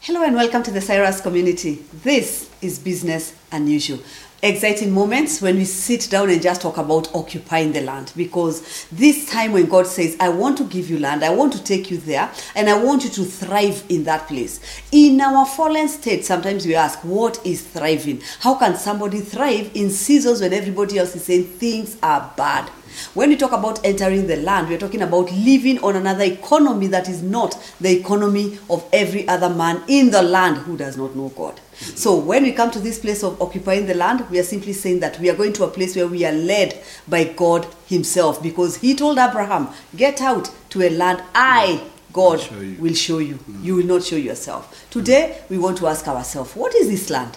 Hello and welcome to the Cyrus community. This is Business Unusual. Exciting moments when we sit down and just talk about occupying the land because this time when God says, I want to give you land, I want to take you there, and I want you to thrive in that place. In our fallen state, sometimes we ask, What is thriving? How can somebody thrive in seasons when everybody else is saying things are bad? When we talk about entering the land, we're talking about living on another economy that is not the economy of every other man in the land who does not know God. So when we come to this place of occupying the land, we are simply saying that we are going to a place where we are led by God Himself because He told Abraham, Get out to a land I God Show you. will show you. You will not show yourself. Today, we want to ask ourselves, what is this land?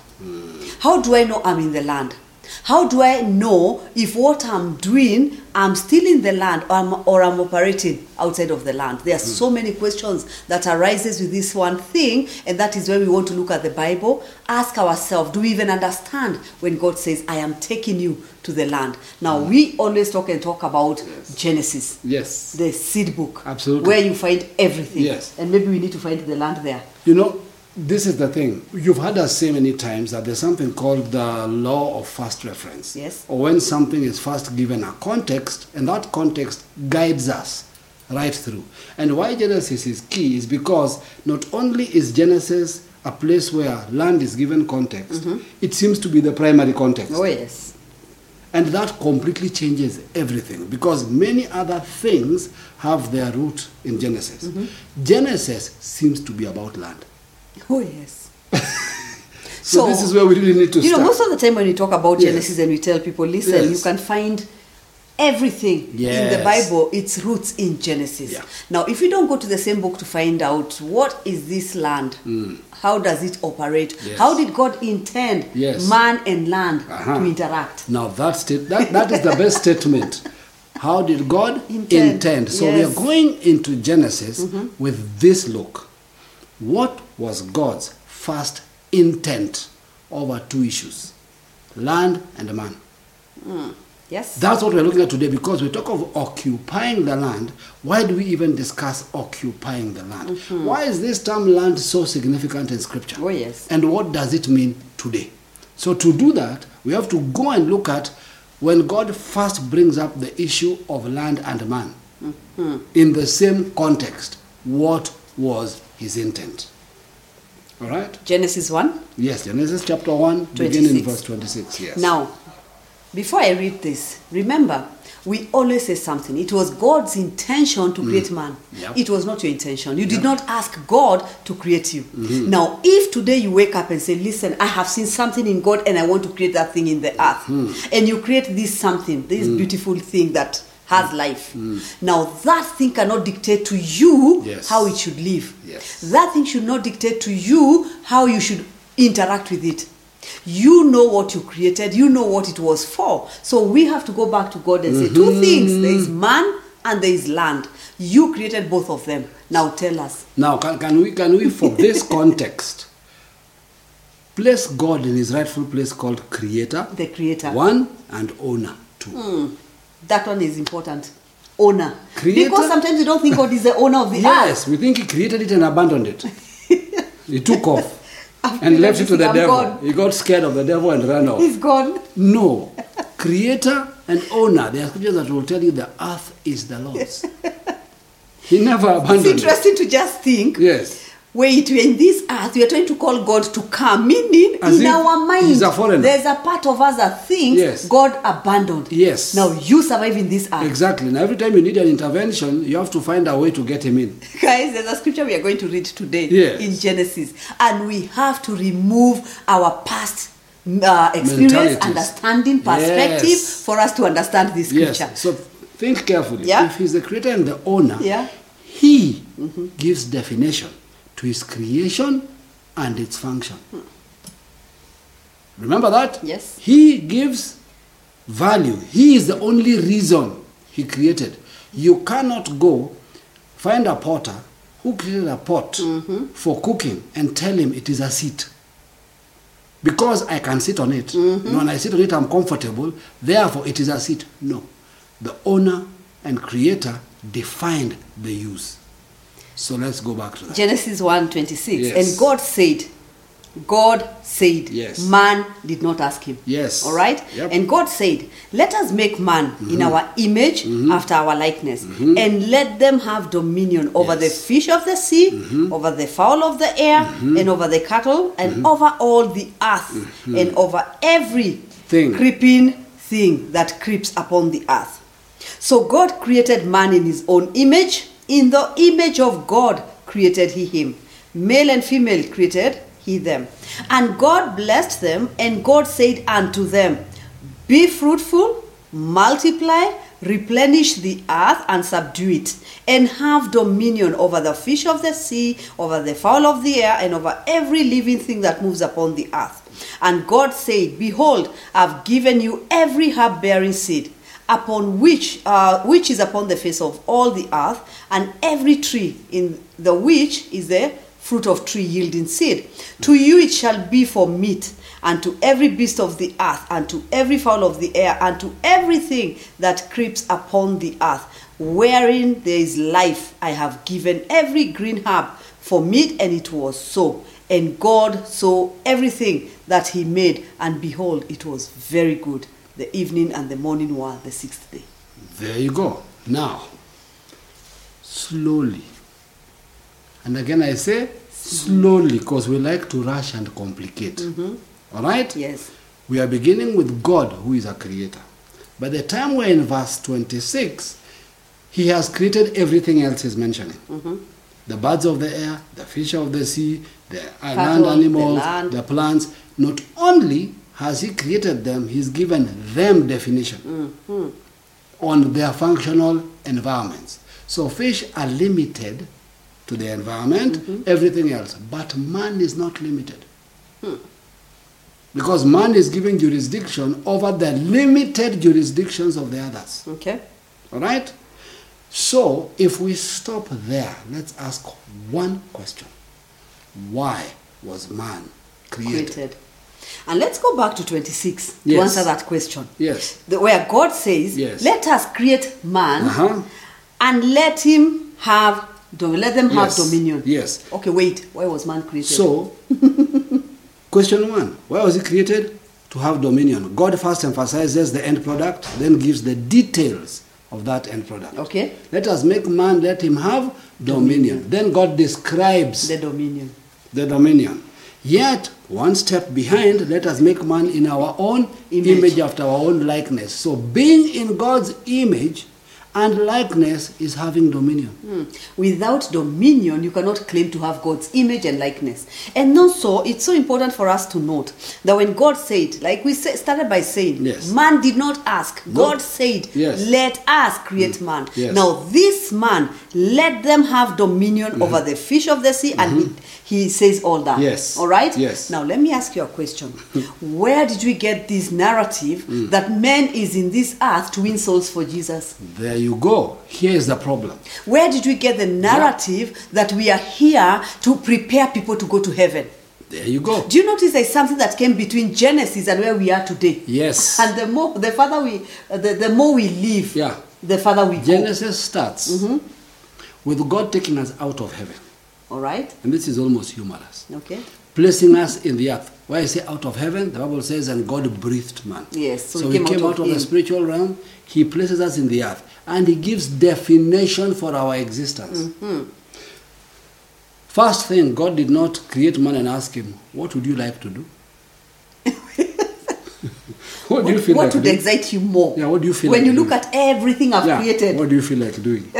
How do I know I'm in the land? How do I know if what I'm doing, I'm still in the land or I'm, or I'm operating outside of the land? There are so many questions that arises with this one thing, and that is where we want to look at the Bible, ask ourselves, do we even understand when God says, I am taking you to the land? Now, we always talk and talk about Genesis Yes. the seed book Absolutely. where you find everything Yes. and maybe we need to find the land there You know, this is the thing. You've heard us say many times that there's something called the law of first reference. Yes. Or when something is first given a context, and that context guides us right through. And why Genesis is key is because not only is Genesis a place where land is given context, it seems to be the primary context. Oh, yes And that completely changes everything because many other things have their root in Genesis. Genesis seems to be about land. oh yes So, this is where we really need to you know start. most of the time when we talk about Yes. genesis and we tell people listen Yes. you can find everything in the Yes. bible its roots in genesis Yeah. now if you don't go to the same book to find out what is this land how does it operate Mm. Yes. how did god intend Yes. man and land Uh-huh. to interact now that's it. That, that is the best statement. How did God Intend. intend? So we Yes. Mm-hmm. are going into Genesis with this look. What was God's first intent over two issues? Land and man. yes That's what we're looking at today because we talk of occupying the land. Why do we even discuss occupying the land? Why is this term land so significant in scripture? Mm-hmm. Oh, yes. And what does it mean today? So, to do that, we have to go and look at when God first brings up the issue of land and man Mm-hmm. in the same context, what was his intent? All right? genesis 1 Yes, Genesis chapter 1, beginning 26. in verse 26. Yes. Now, before I read this, remember, we always say something. It was God's intention to create man. Mm. Yep. It was not your intention. You did not ask God to create you. Mm-hmm. Now, if today you wake up and say, Listen, I have seen something in God and I want to create that thing in the earth, Mm-hmm. and you create this something, this Mm. beautiful thing that has life. Now, that thing cannot dictate to you Yes. how it should live. Yes. That thing should not dictate to you how you should interact with it. You know what you created, you know what it was for. So we have to go back to God and say Mm-hmm. two things there is man and there is land. You created both of them. Now tell us. Now, can, can we, can we, for this context, place God in His rightful place called Creator, The Creator. Hmm. one, and Owner, two. That one is important. Owner. Creator? Because sometimes you don't think God is the owner of the earth. Yes, we think He created it and abandoned it. he took off I've and left it to the I'm devil. God. He got scared of the devil and ran off. He's gone. No, Creator and Owner. There are scriptures that will tell you the earth is the Lord's. he never It's abandoned it. interesting to just think. Yes. Wait, we're in this earth, we are trying to call God to come, meaning As in if our mind, he's a foreigner. there's a part of us that thinks Yes. God abandoned. Yes. Now you survive in this earth. Exactly. And every time you need an intervention, you have to find a way to get him in. Guys, there's a scripture we are going to read today Yes. in Genesis, and we have to remove our past uh, experience, Mentalities. understanding, perspective Yes. for us to understand this Yes. scripture. So think carefully. Yeah. If he's the creator and the owner, Yeah. Mm-hmm. he gives definition to his creation and its function. Remember that? Hmm. Yes. He gives value. He is the only reason he created. You cannot go find a potter who created a pot Mm-hmm. for cooking and tell him it is a seat because I can sit on it. When I sit on it, I'm comfortable. Therefore, it is a seat. No, the owner and creator defined the use. So let's go back to that. Genesis 1 26. Yes. And God said, God said, Yes. man did not ask him. Yes. All right? Yep. Mm-hmm. And God said, Let us make man in our image after our likeness, and let them have dominion over the Yes. Mm-hmm. fish of the sea, over the fowl of the air, and over the cattle, and over all the earth, Mm-hmm. and over every Thing. creeping thing that creeps upon the earth. So God created man in his own image. In the image of God created he him. Male and female created he them. And God blessed them, and God said unto them, Be fruitful, multiply, replenish the earth, and subdue it, and have dominion over the fish of the sea, over the fowl of the air, and over every living thing that moves upon the earth. And God said, Behold, I've given you every herb bearing seed upon which uh, which is upon the face of all the earth, and every tree in the which is the fruit of tree yielding seed. To you it shall be for meat, and to every beast of the earth, and to every fowl of the air, and to everything that creeps upon the earth, wherein there is life. I have given every green herb for meat, and it was so. And God saw everything that He made, and behold, it was very good. The evening and the morning were the sixth day. There you go. Now, slowly. And again, I say slowly because we like to rush and complicate. All right? Yes. We are beginning with God, who is a creator. By the time we're in verse 26, He has created everything else He's mentioning Mm-hmm. the birds of the air, the fish of the sea, the uh, land Cattle, the animals, land. the plants. Not only has He created them, He's given them definition Mm. on their functional environments. So fish are limited to their environment, everything else. But man is not limited. Because man is given jurisdiction over the limited jurisdictions of the others. Okay. All right? So if we stop there, let's ask one question. Why was man created? Created. And let's go back to 26 to Yes. answer that question. Yes. The- where God says, Yes. let us create man Uh-huh. and let him have dom- let them have Yes. dominion. Yes. Okay, wait. Where was man created? So, question one Why was he created? To have dominion. God first emphasizes the end product, then gives the details of that end product. Okay. Let us make man, let him have dominion. Then God describes the dominion. the dominion. Yet, one step behind, let us make man in our own image. Image. after our own likeness. So, being in God's image and likeness is having dominion. Hmm. Without dominion, you cannot claim to have God's image and likeness. And also, it's so important for us to note that when God said, like we sa- started by saying, Yes. man did not ask, No. God said, Yes. Hmm. let us create man. Yes. Now, this man, let them have dominion Mm-hmm. over the fish of the sea, and he, he says all that. Yes. All right? Yes. Now, let me ask you a question. Where did we get this narrative Mm. that man is in this earth to win souls for Jesus? There you go. Here is the problem. Where did we get the narrative that we are here to prepare people to go to heaven? There you go. Do you notice there's something that came between Genesis and where we are today? Yes. And the more the further we uh, the, the more we live, Yeah. the further we Genesis starts with God taking us out of heaven. go. All right? And this is almost humorous. Okay. Placing us in the earth. Why I say out of heaven, the Bible says, and God breathed man. Yes, So, he came, out, of, the him. spiritual realm, he places us in the earth, and he gives definition for our existence. First thing, God did not create man and ask him, What would you like to do? what do you feel what like would doing? excite you more? Yeah, what do you feel When like you look doing? at everything I've Yeah, created. What do you feel like doing?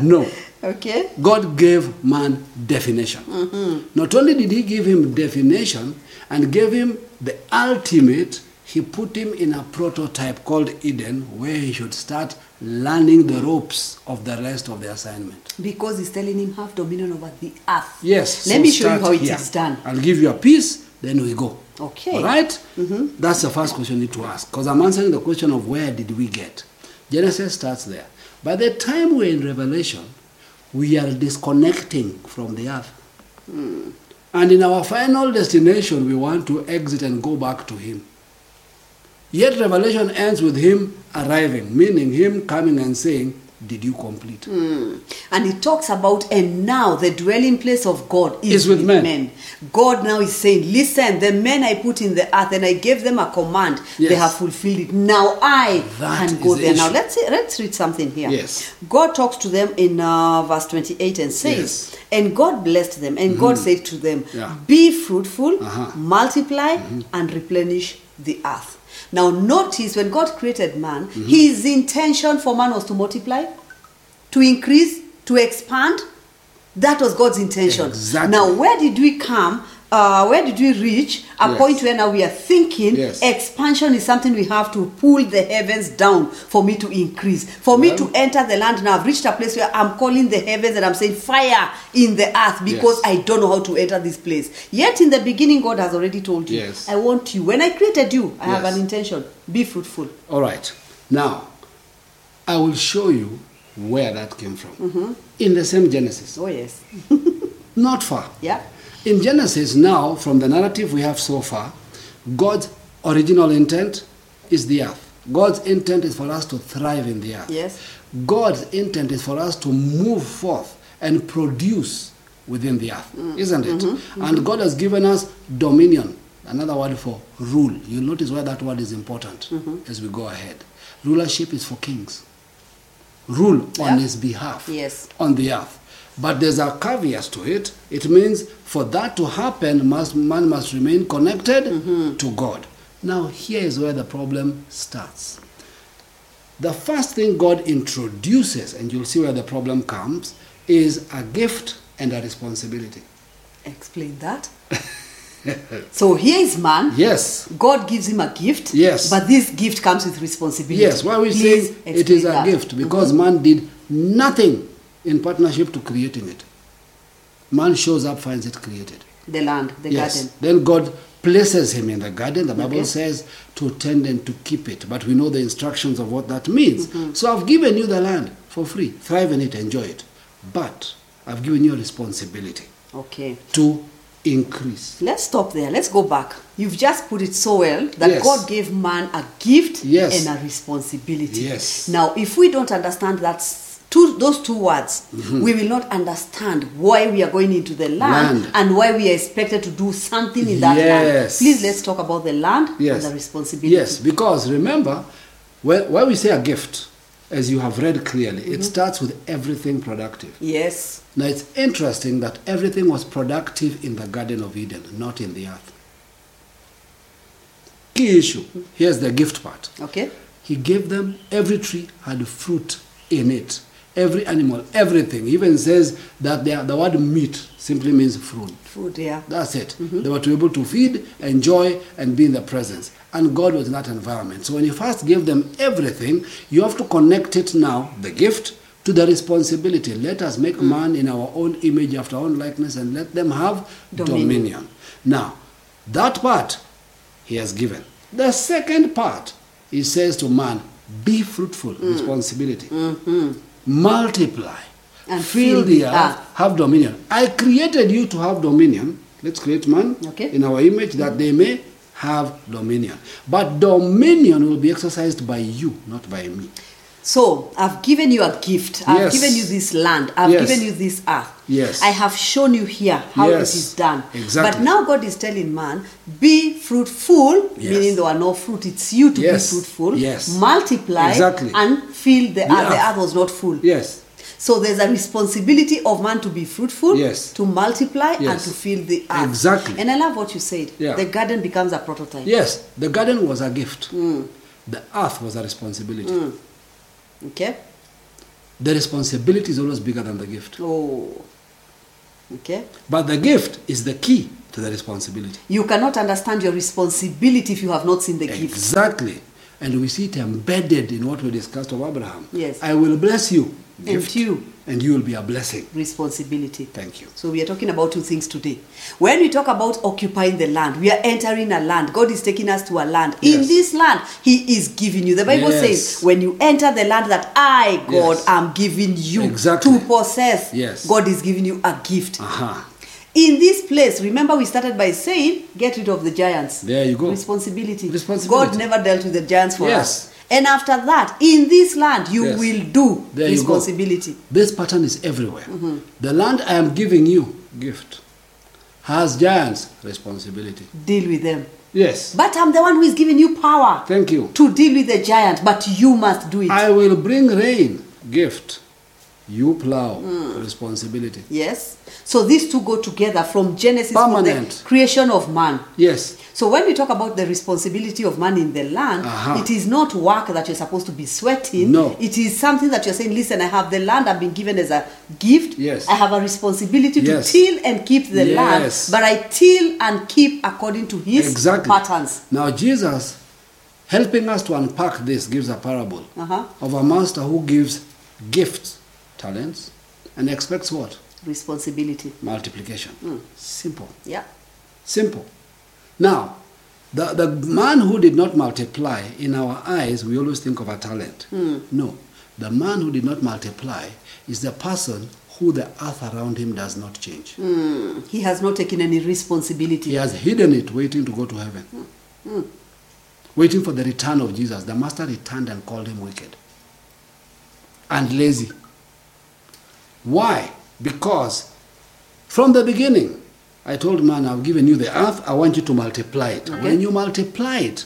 no. Okay? God gave man definition. Not only did he give him definition and gave him the ultimate, he put him in a prototype called Eden where he should start learning the ropes of the rest of the assignment. Because he's telling him have dominion over the earth. Yes. Let so me show you start how it is here. done. I'll give you a piece, then we go. Okay. Mm-hmm. All right? That's the first question you need to ask because I'm answering the question of where did we get. Genesis starts there. By the time we're in Revelation, we are disconnecting from the earth. Hmm. And in our final destination, we want to exit and go back to Him. Yet Revelation ends with him arriving, meaning him coming and saying, Did you complete? And it talks about, and now the dwelling place of God is Is with men." God now is saying, Listen, the men I put in the earth and I gave them a command, they Yes. have fulfilled it. Now I That can go is the there. Now issue. let's see, let's read something here. Yes. God talks to them in uh, verse 28 and says, Yes. Mm-hmm. And God blessed them, and God said to them, Yeah. Be fruitful, Uh-huh. Mm-hmm. multiply, and replenish the earth. Now notice when God created man, Mm-hmm. his intention for man was to multiply to increase, to expand. That was God's intention. Exactly. Now, where did we come? Uh, where did we reach a Yes. point where now we are thinking Yes. expansion is something we have to pull the heavens down for me to increase, for me Well- to enter the land? Now I've reached a place where I'm calling the heavens and I'm saying fire in the earth because Yes. I don't know how to enter this place. Yet in the beginning, God has already told you, Yes. I want you. When I created you, I have Yes. an intention. Be fruitful. All right. Now, I will show you where that came from. In the same Genesis, Oh, yes. not far. Yeah. In Genesis, now, from the narrative we have so far, God's original intent is the earth. God's intent is for us to thrive in the earth. Yes. God's intent is for us to move forth and produce within the earth, isn't it? And God has given us dominion, another word for rule. You'll notice why that word is important as we go ahead. Rulership is for kings rule Yeah. on his behalf Yes. on the earth. But there's a caveat to it. It means for that to happen, must, man must remain connected Mm-hmm. to God. Now, here is where the problem starts. The first thing God introduces, and you'll see where the problem comes, is a gift and a responsibility. Explain that. so here is man. Yes. God gives him a gift. Yes. But this gift comes with responsibility. Yes, why we Please say it is a explain that. Mm-hmm. gift because man did nothing in partnership to creating it. Man shows up, finds it created. The land, the garden. Then God places him in the garden. The Bible Okay. says to tend and to keep it, but we know the instructions of what that means. Mm-hmm. So I've given you the land for free. Thrive in it, enjoy it. But I've given you a responsibility Okay. to increase. Let's stop there. Let's go back. You've just put it so well that Yes. God gave man a gift Yes. and a responsibility. Yes. Now, if we don't understand that s- two, those two words, Mm-hmm. we will not understand why we are going into the land, Land. and why we are expected to do something in that land. Yes. Please let's talk about the land Yes. and the responsibility. Yes, because remember, when, when we say a gift, as you have read clearly, Mm-hmm. it starts with everything productive. Yes. Now it's interesting that everything was productive in the Garden of Eden, not in the earth. Key issue. Here's the gift part. Okay. He gave them every tree had fruit in it. Every animal, everything. He even says that they are- the word meat simply means fruit. Food, yeah. That's it. They were to be able to feed, enjoy, and be in the presence. And God was in that environment. So when you first gave them everything, you have to connect it now, the gift, to the responsibility. Let us make man in our own image, after our own likeness, and let them have Dominion. dominion. Now, that part he has given. The second part, he says to man, be fruitful, responsibility. Multiply. And Mm-hmm. fill the earth, have dominion. I created you to have dominion. Let's create man Okay. in our image that they may have dominion. But dominion will be exercised by you, not by me. So I've given you a gift. I've Yes. given you this land. I've Yes. given you this earth. Yes. I have shown you here how Yes. it is done. But Exactly. now God is telling man, be fruitful, Yes. meaning there are no fruit. It's you to Yes. be fruitful. Yes. Multiply Exactly. and fill the earth. The earth. earth was not full. Yes. So there's a responsibility of man to be fruitful, Yes. to multiply and Yes. to fill the earth. Exactly. And I love what you said. Yeah. The garden becomes a prototype. Yes, the garden was a gift. Hmm. The earth was a responsibility. Okay? The responsibility is always bigger than the gift. Oh. Okay? But the gift is the key to the responsibility. You cannot understand your responsibility if you have not seen the gift. Exactly. And we see it embedded in what we discussed of Abraham. Yes. I will bless you. you. And you will be a blessing. Responsibility. Thank you. So we are talking about two things today. When we talk about occupying the land, we are entering a land. God is taking us to a land. In Yes. this land, He is giving you. The Bible Yes. says, when you enter the land that I, God, Yes. am giving you Exactly. to possess, Yes. God is giving you a gift. Aha. In this place, remember we started by saying, get rid of the giants. There you go. Responsibility. Responsibility. God never dealt with the giants for Yes. us. And after that, in this land, you Yes. will do There you go. responsibility. This pattern is everywhere. The land I am giving you, gift, has giants, responsibility. Deal with them. Yes. But I'm the one who is giving you power Thank you. to deal with the giant, but you must do it. I will bring rain, gift. You plow, responsibility. yes? So these two go together from Genesis to Permanent. the creation of man. Yes. So when we talk about the responsibility of man in the land, Aha. it is not work that you're supposed to be sweating. Uh-huh. No. It is something that you're saying, listen, I have the land I've been given as a gift. Yes. I have a responsibility Yes. to till and keep the Yes. land. But I till and keep according to his exactly. patterns. Now, Jesus, helping us to unpack this, gives a parable Uh-huh. of a master who gives gifts, talents, and expects what? Responsibility. Multiplication. Hmm. Simple. Yeah. Simple. Now, the, the man who did not multiply, in our eyes, we always think of a talent. No. The man who did not multiply is the person who the earth around him does not change. Hmm. He has not taken any responsibility. He has hidden it, waiting to go to heaven. Hmm. Waiting for the return of Jesus. The master returned and called him wicked and lazy. Why? Because from the beginning, I told man, I've given you the earth, I want you to multiply it. Okay. When you multiply it,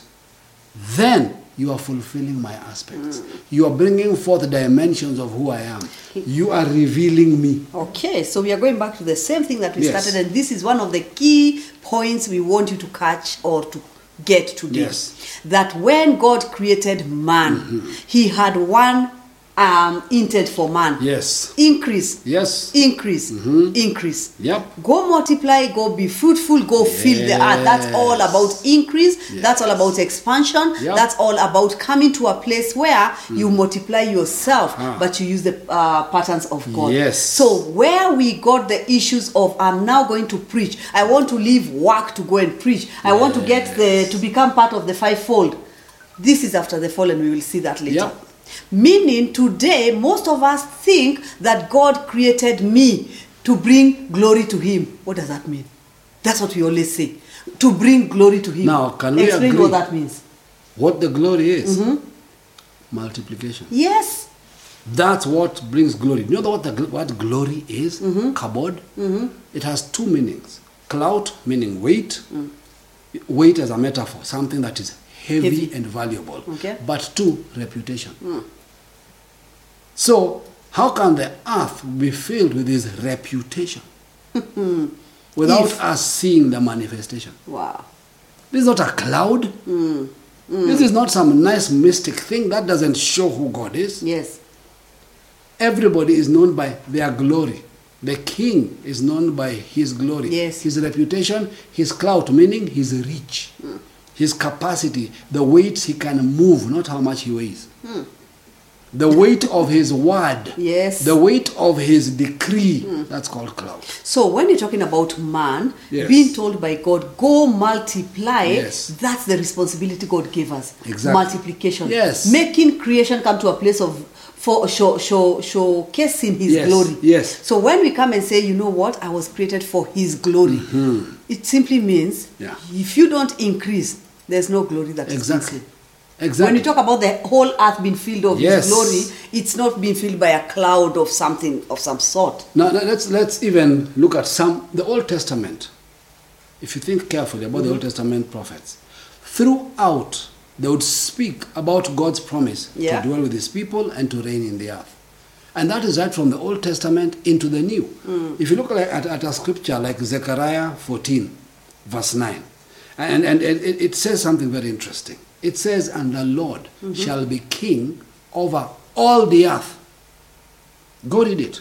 then you are fulfilling my aspects. You are bringing forth the dimensions of who I am. You are revealing me. Okay, so we are going back to the same thing that we Yes. started, and this is one of the key points we want you to catch or to get today. Yes. Mm-hmm. That when God created man, he had one um, intent for man Yes. Mm-hmm. increase, Yes. increase, increase. Yep. Go multiply, go be fruitful, go fill the earth. That's all Yes. about increase. That's all about expansion. Yep. Mm. That's all about coming to a place where you multiply yourself, Ah. but you use the uh, patterns of God. Yes. So where we got the issues of I'm now going to preach. I want to leave work to go and preach. I want to get the to become part of the fivefold. This is after the fall, and we will see that later. Yep. Meaning, today, most of us think that God created me to bring glory to Him. What does that mean? That's what we always say. To bring glory to Him. Now, can we Explain agree? what that means. What the glory is? Mm-hmm. Multiplication. Yes. That's what brings glory. You know what the gl- what glory is? Mm-hmm. Kabod. It has two meanings. Clout meaning weight. Mm. Weight as a metaphor, something that is heavy, Heavy. and valuable. Okay. Mm. But two, reputation. So how can the earth be filled with this reputation without If- us seeing the manifestation? Wow. This is not a cloud. This is not some nice mystic thing that doesn't show who God is. Yes. Everybody is known by their glory. The king is known by his glory, Yes. his reputation, his clout, meaning his reach, his capacity, the weight he can move, not how much he weighs. The weight of his word, Yes. the weight of his decree, that's called clout. So when you're talking about man Yes. being told by God, go multiply, Yes. that's the responsibility God gave us. Exactly. Multiplication. Yes. Making creation come to a place of for show, show, showcasing his Yes, glory. yes. So when we come and say, you know what, I was created for his glory, it simply means Mm-hmm. Yeah. if you don't increase, there's no glory that is Exactly. missing. Exactly. When you talk about the whole earth being filled of Yes. his glory, it's not being filled by a cloud of something of some sort. Now now, let's let's even look at some the Old Testament. If you think carefully about the Old Testament prophets, throughout they would speak about God's promise Yeah. to dwell with His people and to reign in the earth, and that is right from the Old Testament into the New. If you look like, at, at a scripture like Zechariah 14, verse 9, and and, and it, it says something very interesting. It says, "And the Lord shall be king over all the earth." God did it.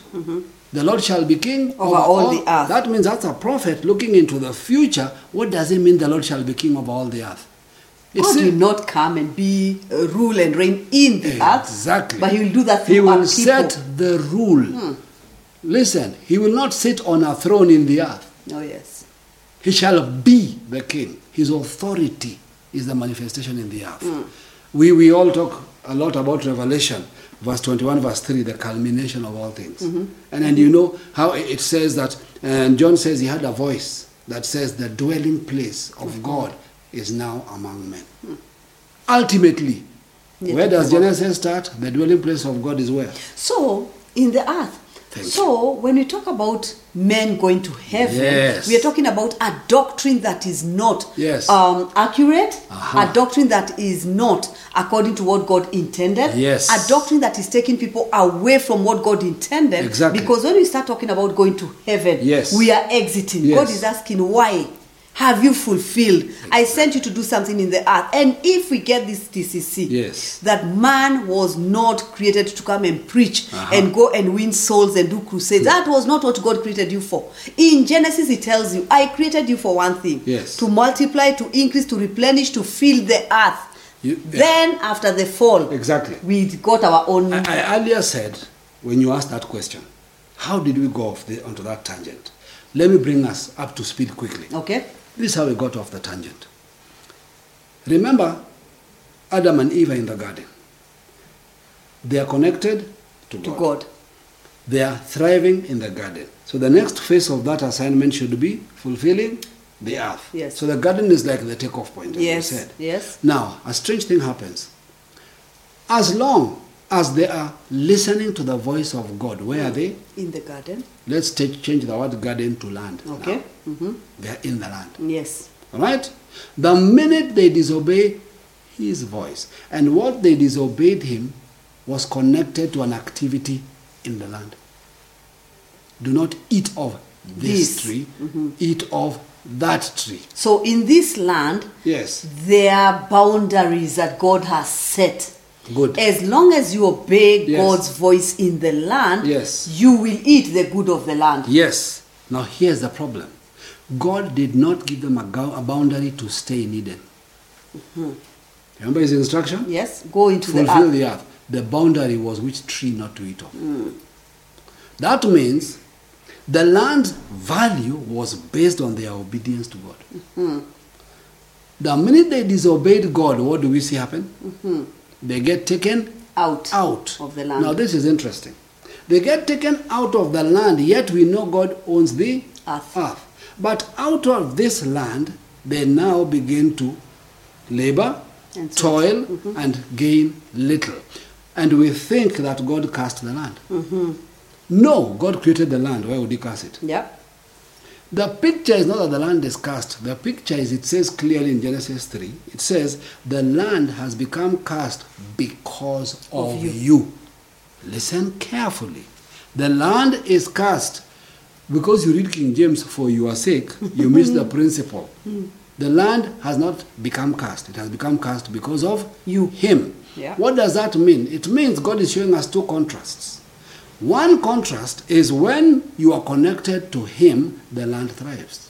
The Lord shall be king over, Mm-hmm. all the earth. That means that's a prophet looking into the future. What does it mean the Lord shall be king over all the earth? God in- will not come and be uh, rule and reign in the earth. exactly. But he will do that through He our will people. Hmm. set the rule. Listen, he will not sit on a throne in the earth. Oh yes. He shall be the king. His authority is the manifestation in the earth. We, we all talk a lot about revelation, verse 21, verse 3, the culmination of all things. And then you know how it it says that, and John says he had a voice that says, The dwelling place of God is now among men. Ultimately, Yes, where does it's about- Genesis start? The dwelling place of God is where? So, in the earth. Thank So, when we talk about men going to heaven, Yes. we are talking about a doctrine that is not Yes. Uh-huh. um, accurate, Aha. a doctrine that is not according to what God intended, Yes. a doctrine that is taking people away from what God intended. Exactly. Because when we start talking about going to heaven, Yes. we are exiting. Yes. God is asking, why? Have you fulfilled? I sent you to do something in the earth. And if we get this TCC, Yes. that man was not created to come and preach Uh-huh. and go and win souls and do crusades. That was not what God created you for. In Genesis, He tells you, I created you for one thing Yes. to multiply, to increase, to replenish, to fill the earth. You- then, after the fall, Exactly. Uh-uh. we got our own. I, I earlier said, when you asked that question, how did we go off the, onto that tangent? Let me bring us up to speed quickly. okay? This is how we got off the tangent. Remember Adam and Eve are in the garden. They are connected to God. To God. They are thriving in the garden. So the next phase of that assignment should be fulfilling the earth. Yes. So the garden is like the takeoff point, as Yes, you said. yes. Now, a strange thing happens. As long as they are listening to the voice of God, where are Mm. they? In the garden. Let's take, change the word garden to land. now. Okay? hmm They are in the land. Yes. All right? The minute they disobey his voice, and what they disobeyed him was connected to an activity in the land. Do not eat of this, This. tree, eat of that tree. So, in this land, Yes. there are boundaries that God has set. Good. As long as you obey Yes. God's voice in the land, Yes. you will eat the good of the land. Yes. Now here's the problem God did not give them a, gou- a boundary to stay in Eden. Remember his instruction? Yes, go into the fulfill earth. the earth. The boundary was which tree not to eat of. That means the land's value was based on their obedience to God. The minute they disobeyed God, what do we see happen? Mm-hmm. They get taken Out, out of the land. Now this is interesting. They get taken out of the land, yet we know God owns the Earth. But out of this land, they now begin to labor, And Mm-hmm. sweat. toil, and gain little. And we think that God cast the land. Mm-hmm. No, God created the land. Why would He cast it? yeah. The picture is not that the land is cast. The picture is, it says clearly in Genesis 3, it says, the land has become cast because of, Of you. you. Listen carefully. The land is cast because you read King James for your sake, you miss the principle. Hmm. The land has not become cast, it has become cast because of You. Him. Yeah. What does that mean? It means God is showing us two contrasts. One contrast is when you are connected to Him, the land thrives.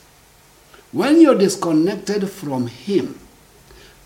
When you're disconnected from Him,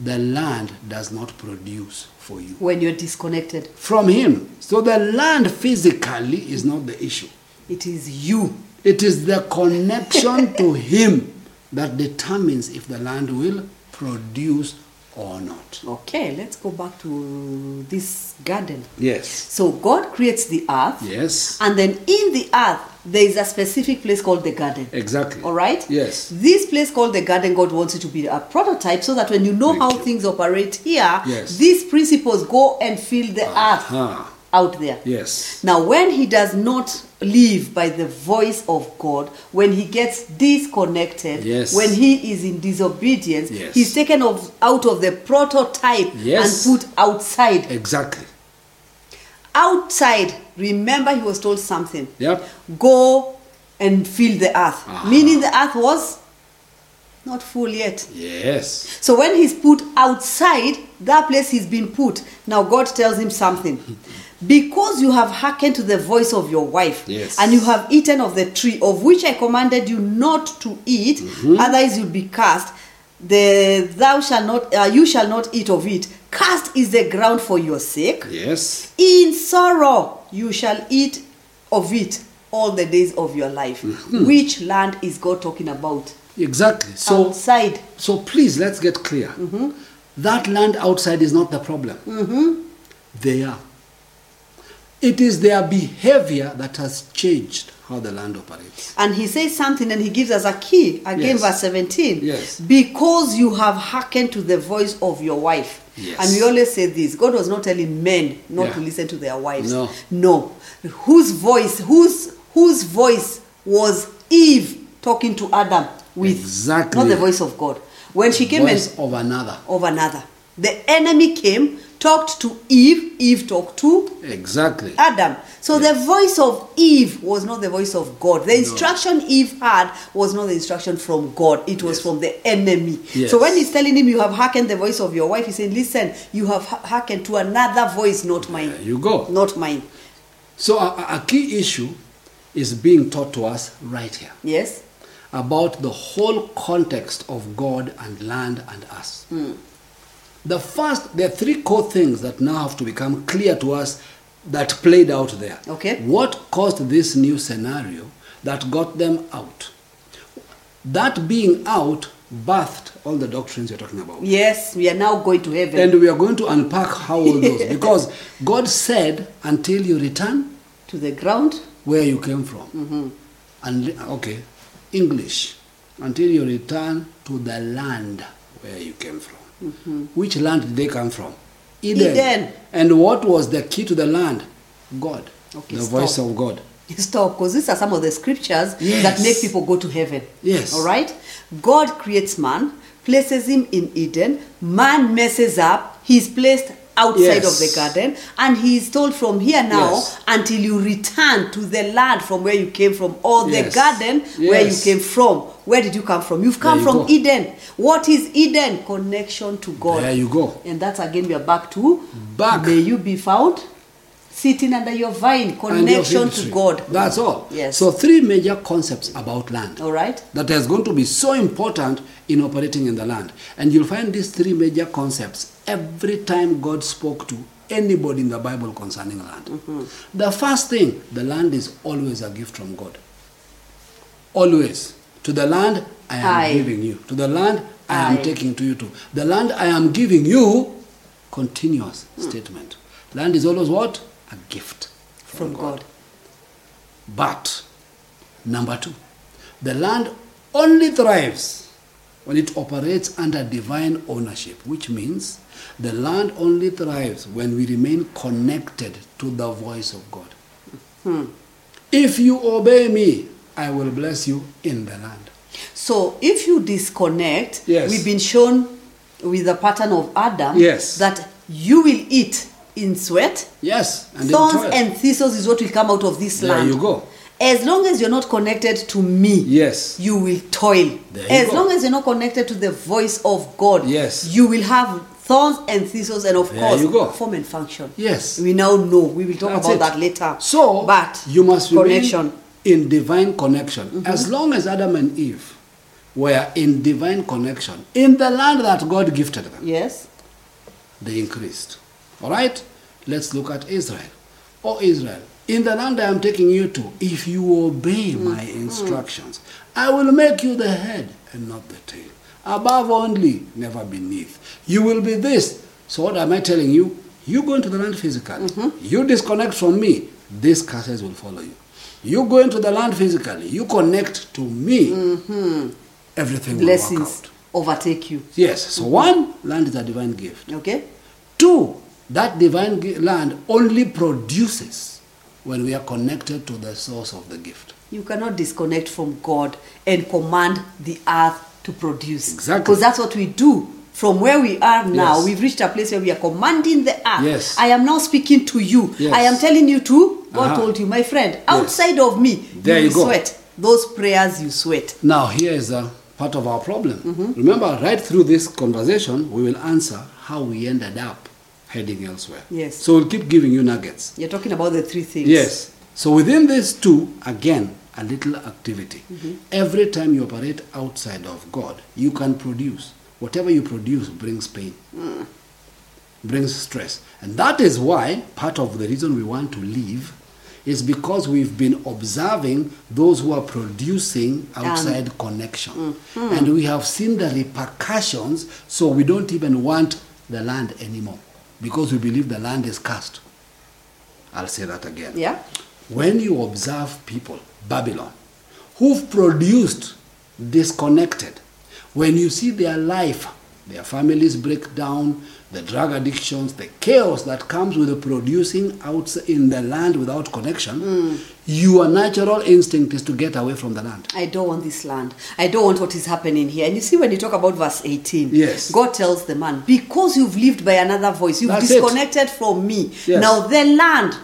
the land does not produce for you. When you're disconnected, From Him. So the land physically is not the issue. it is you. It is the connection to Him that determines if the land will produce or not. Okay, let's go back to this garden. Yes. So God creates the earth. Yes. And then in the earth, there is a specific place called the garden. Exactly. All right? Yes. This place called the garden, God wants it to be a prototype so that when you know Thank how you. things operate here, Yes. these principles go and fill the Aha. earth out there. Yes. Now, when he does not live by the voice of God, when he gets disconnected, Yes. when he is in disobedience, Yes. he's taken of, out of the prototype Yes. and put outside Exactly. outside remember he was told something Yep. go and fill the earth Ah. meaning the earth was not full yet Yes. so when he's put outside that place he's been put now god tells him something because you have hearkened to the voice of your wife Yes. and you have eaten of the tree of which i commanded you not to eat otherwise you'll be cast the thou shall not uh, you shall not eat of it cast is the ground for your sake Yes. in sorrow you shall eat of it all the days of your life. Mm-hmm. Which land is God talking about? Exactly. Um, So Outside. so please let's get clear. That land outside is not the problem. They are. It is their behavior that has changed how the land operates. And he says something and he gives us a key, again, Yes. verse 17. Yes. Because you have hearkened to the voice of your wife. Yes. And we always say this God was not telling men not Yeah. to listen to their wives. No. No. Whose voice, whose, whose voice was Eve talking to Adam with? Exactly. Not the voice of God. When she came and Voice of another. of another. The enemy came, talked to Eve, Eve talked to Exactly. Adam. So the voice of Eve was not the voice of God. The instruction Eve had was not the instruction from God. It was Yes. from the enemy. Yes. So when he's telling him, You have hearkened the voice of your wife, he's saying, Listen, you have ha- hearkened to another voice, not mine. There you go. Not mine. So, a- a, a key issue is being taught to us right here Yes? about the whole context of God and land and us. The first, there are three core things that now have to become clear to us that played out there. Okay. What caused this new scenario that got them out? That being out birthed all the doctrines you're talking about. Yes, we are now going to heaven. And we are going to unpack how all those, because God said, until you return, to the ground. where you came from. Mm-hmm. And okay, English until you return to the land where you came from. Which land did they come from? Mm-hmm. Eden. And what was the key to the land? God. Okay, the stop. voice of God. Stop, because these are some of the scriptures Yes. that make people go to heaven. Yes. All right? God creates man, places him in Eden. Man messes up. He's placed outside of the Yes. garden. And he is told from here now Yes. until you return to the land from where you came from or the Yes. garden where you Yes. came from. Where did you come from? You've come you from go. Eden. What is Eden? Connection to God. There you go. And that's again, we are back to Back. May you be found sitting under your vine. And your Connection to history. God. That's all. Yes. So three major concepts about land. All right. that is going to be so important in operating in the land. And you'll find these three major concepts every time God spoke to anybody in the Bible concerning land. The first thing, the land is always a gift from God. Always. To the land I am I- giving you. To the land I am I- taking to you too. The land I am giving you, continuous statement. Land is always what? A gift From God. but number two, the land only thrives when it operates under divine ownership, which means the land only thrives when we remain connected to the voice of God. Hmm. If you obey me, I will bless you in the land. So if you disconnect, Yes. we've been shown with the pattern of Adam Yes. that you will eat in sweat. Yes, and in Thorns toil. and thistles is what will come out of this There land. you go. As long as you're not connected to me, Yes. you will toil. There you as go. long as you're not connected to the voice of God, Yes. you will have thorns and thistles, and of There course, you go. form and function. Yes. we now know. We will talk That's about it. that later. So but you must remain connection. Mm-hmm. in divine connection. As long as Adam and Eve were in divine connection in the land that God gifted them, Yes. they increased. All right? Let's look at Israel. Oh, Israel, in the land I am taking you to, if you obey my instructions, I will make you the head and not the tail. Above only, never beneath. You will be this. So, what am I telling you? You go into the land physically. You disconnect from me, these curses will follow you. You go into the land physically. You connect to me, everything will work Blessings out. overtake you. Yes. So, one, land is a divine gift. Okay. Two, that divine gi- land only produces when we are connected to the source of the gift. You cannot disconnect from God and command the earth to produce. Exactly. Because that's what we do. From where we are now, Yes. we've reached a place where we are commanding the earth. Yes. I am now speaking to you. Yes. I am telling you to. God Uh-huh. told you, my friend, outside of me, There you will go. sweat. Those prayers you sweat. Now, here is a part of our problem. Remember, right through this conversation, we will answer how we ended up heading elsewhere. Yes. So, we'll keep giving you nuggets. You're talking about the three things. Yes. So within these two, again, a little activity. Every time you operate outside of God, you can produce. Whatever you produce brings pain, brings stress. And that is why part of the reason we want to leave is because we've been observing those who are producing outside connection. And we have seen the repercussions, so we don't even want the land anymore because we believe the land is cursed. I'll say that again. Yeah. When you observe people, Babylon, who've produced disconnected, when you see their life, their families break down, the drug addictions, the chaos that comes with the producing out in the land without connection, Mm. your natural instinct is to get away from the land. I don't want this land. I don't want what is happening here. And you see, when you talk about verse 18, Yes. God tells the man, Because you've lived by another voice, you've That's it. disconnected from me. Yes. Hmm. Now the land.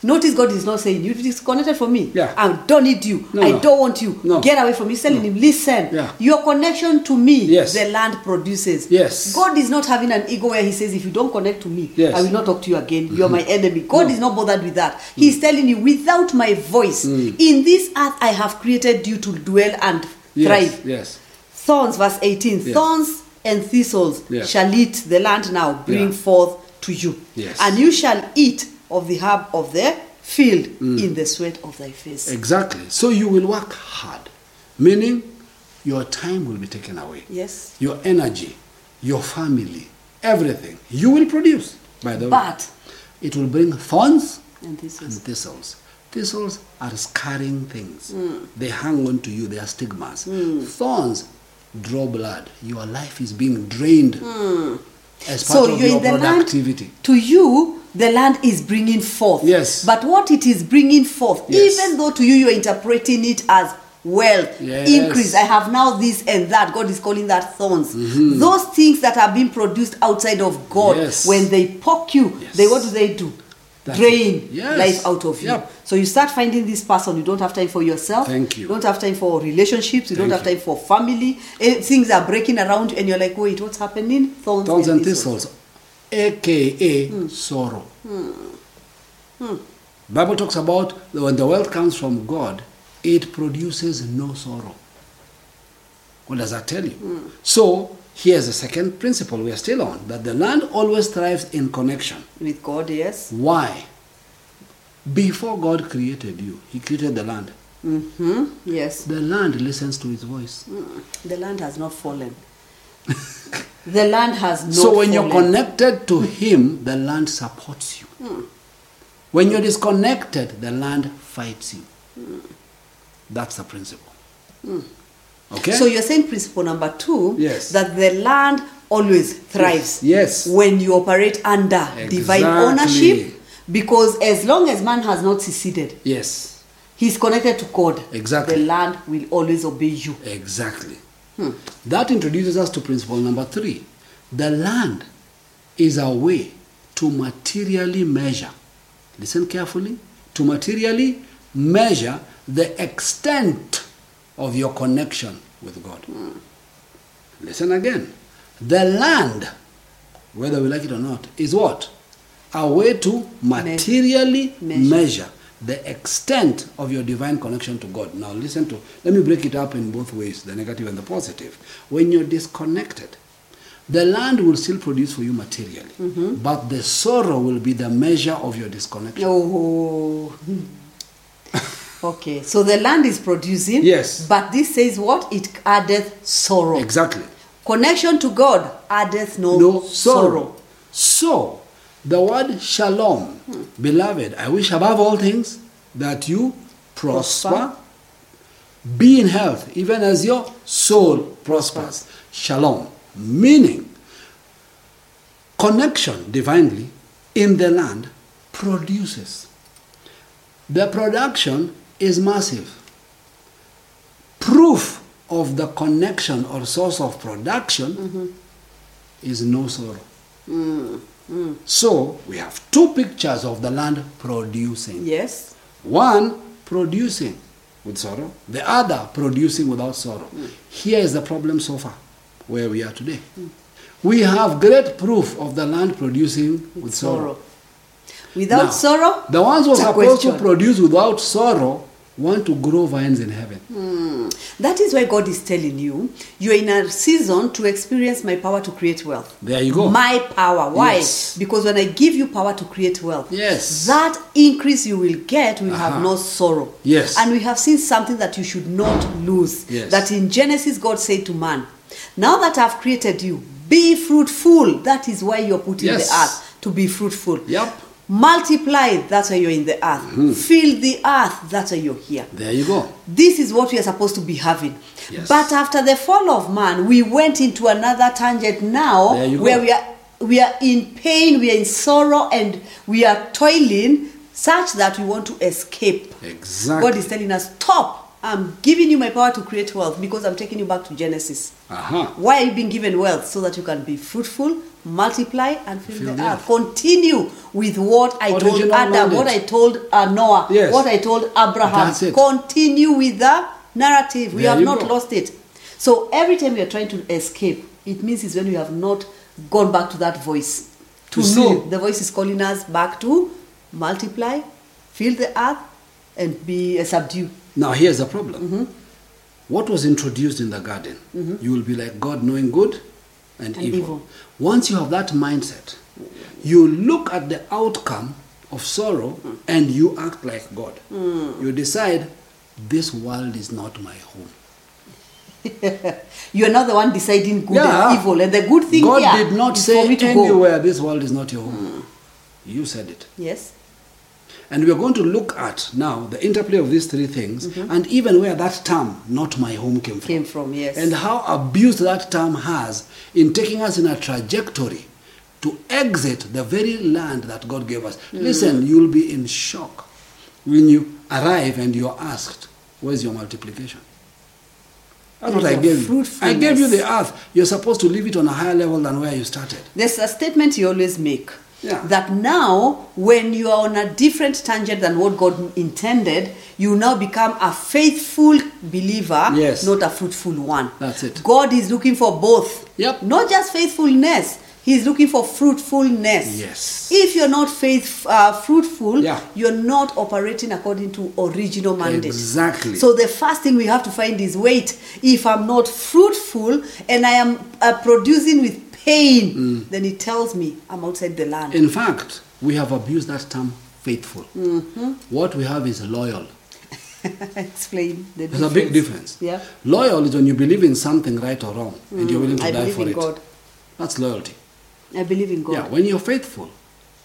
Notice God is not saying, You've disconnected from me. Yeah. I don't need you. No, I no. don't want you. No. Get away from me. He's telling him, Listen, Yeah. your connection to me, Yes. the land produces. Yes. God is not having an ego where He says, If you don't connect to me, Yes. Mm-hmm. I will not talk to you again. You're my enemy. God No. Mm. is not bothered with that. He's telling you, Without my voice, in this earth I have created you to dwell and Yes, thrive. yes. Thorns, verse 18. Yes. Thorns and thistles Yes. shall eat the land now, bring Yeah. forth to you. Yes. And you shall eat of the herb of the field Mm. in the sweat of thy face. Exactly. So you will work hard, meaning your time will be taken away. Yes. Your energy, your family, everything. You will produce, by the But- way. It will bring thorns And thistles. and thistles. Thistles are scarring things. Hmm. They hang on to you, they are stigmas. Thorns draw blood. Your life is being drained as part Hmm. so of you're your in the productivity. land to you the land is bringing forth Yes. but what it is bringing forth Yes. even though to you you're interpreting it as wealth Yes. increase i have now this and that god is calling that thorns those things that are being produced outside of god Mm-hmm. Yes. when they poke you Yes. they what do they do That's drain it. Yes. life out of you Yep. so you start finding this person you don't have time for yourself Thank you. don't have time for relationships you don't Thank have you. time for family Eh, things are breaking around you and you're like wait what's happening thorns, thorns and thistles. thistles, aka sorrow. Bible talks about when the wealth comes from God, it produces no sorrow. What does that tell you? So here's the second principle we are still on that the land always thrives in connection. with God, yes. Why? Before God created you, He created the land. hmm Yes. The land listens to His voice. Mm. The land has not fallen. the land has not so when you're fallen. connected to him the land supports you Hmm. when you're disconnected the land fights you Hmm. that's the principle okay So you're saying principle number two Yes. that the land always thrives. Yes. When you operate under divine Exactly. ownership. Because as long as man has not seceded, yes he's connected to God. Exactly. The land will always obey you. exactly Hmm. that introduces us to principle number three the land is a way to materially measure listen carefully to materially measure the extent of your connection with god Hmm. Listen again. The land, whether we like it or not, is what? A way to materially Measure. measure. the extent of your divine connection to God. Now, listen to, let me break it up in both ways the negative and the positive. When you're disconnected, the land will still produce for you materially, but the sorrow will be the measure of your disconnection. Oh. okay. So the land is producing. Yes. But this says what? It addeth sorrow. Exactly. Connection to God addeth no, no sorrow. sorrow. So, the word shalom, Hmm. beloved, I wish above all things that you prosper, Prosper. be in health, even as your soul prospers. Shalom, meaning connection divinely in the land produces. The production is massive. Proof of the connection or source of production is no sorrow. Mm-hmm. So we have two pictures of the land producing. Yes. One producing with sorrow, the other producing without sorrow. Here is the problem so far, where we are today. We have great proof of the land producing with sorrow. Without Now, sorrow? The ones who are it's a supposed to question. produce without sorrow want to grow vines in heaven. That is why God is telling you, you're in a season to experience my power to create wealth. There you go. My power. Why? Yes. Because when I give you power to create wealth, Yes. that increase you will get will have Aha. no sorrow. Yes. And we have seen something that you should not lose. Yes. That in Genesis, God said to man, Now that I've created you, be fruitful. That is why you're put in Yes. the earth, to be fruitful. Yep. Mm-hmm. Multiply, that's why you're in the earth. Fill the earth, that's why you're here. There you go. This is what we are supposed to be having. Yes. But after the fall of man, we went into another tangent now There you go. where we are we are in pain, we are in sorrow, and we are toiling such that we want to escape. Exactly. God is telling us, stop. I'm giving you my power to create wealth because I'm taking you back to Genesis. Aha. Why are you being given wealth? So that you can be fruitful, multiply, and fill, Fill the, the earth. Continue with what I told Original Adam, mandate. what I told uh, Noah, Yes. what I told Abraham. That's it. Continue with the narrative. We There have you not go. lost it. So every time we are trying to escape, it means it's when we have not gone back to that voice. To You see- know the voice is calling us back to multiply, fill the earth, and be uh, subdued. Now here's the problem. Mm-hmm. What was introduced in the garden? You will be like God knowing good and, And evil. evil. Once you have that mindset, you look at the outcome of sorrow Mm. and you act like God. You decide this world is not my home. you are not the one deciding good Yeah. and evil. And the good thing God here did not is say for me to go. Mm. anywhere this world is not your home. You said it. Yes. And we are going to look at now the interplay of these three things and even where that term, not my home, came from. Mm-hmm. Came from, yes. And how abused that term has in taking us in a trajectory to exit the very land that God gave us. Mm-hmm. Listen, you'll be in shock when you arrive and you're asked, Where's your multiplication? That's what I Your gave you. I gave fruitfulness. you the earth. You're supposed to leave it on a higher level than where you started. There's a statement you always make. Yeah. That now, when you are on a different tangent than what God intended, you now become a faithful believer, Yes. not a fruitful one. That's it. God is looking for both. Yep. Not just faithfulness. He's looking for fruitfulness. Yes. If you're not faith uh, fruitful, Yeah. you're not operating according to original mandate. Exactly. So the first thing we have to find is wait, if I'm not fruitful and I am uh, producing with pain, Mm. then it tells me I'm outside the land. In fact, we have abused that term faithful. Mm-hmm. What we have is loyal. Explain the There's a big difference. Yeah. Mm, Loyal is when you believe in something right or wrong and you're willing to I die believe for in it. God. That's loyalty. I believe in God. Yeah, when you're faithful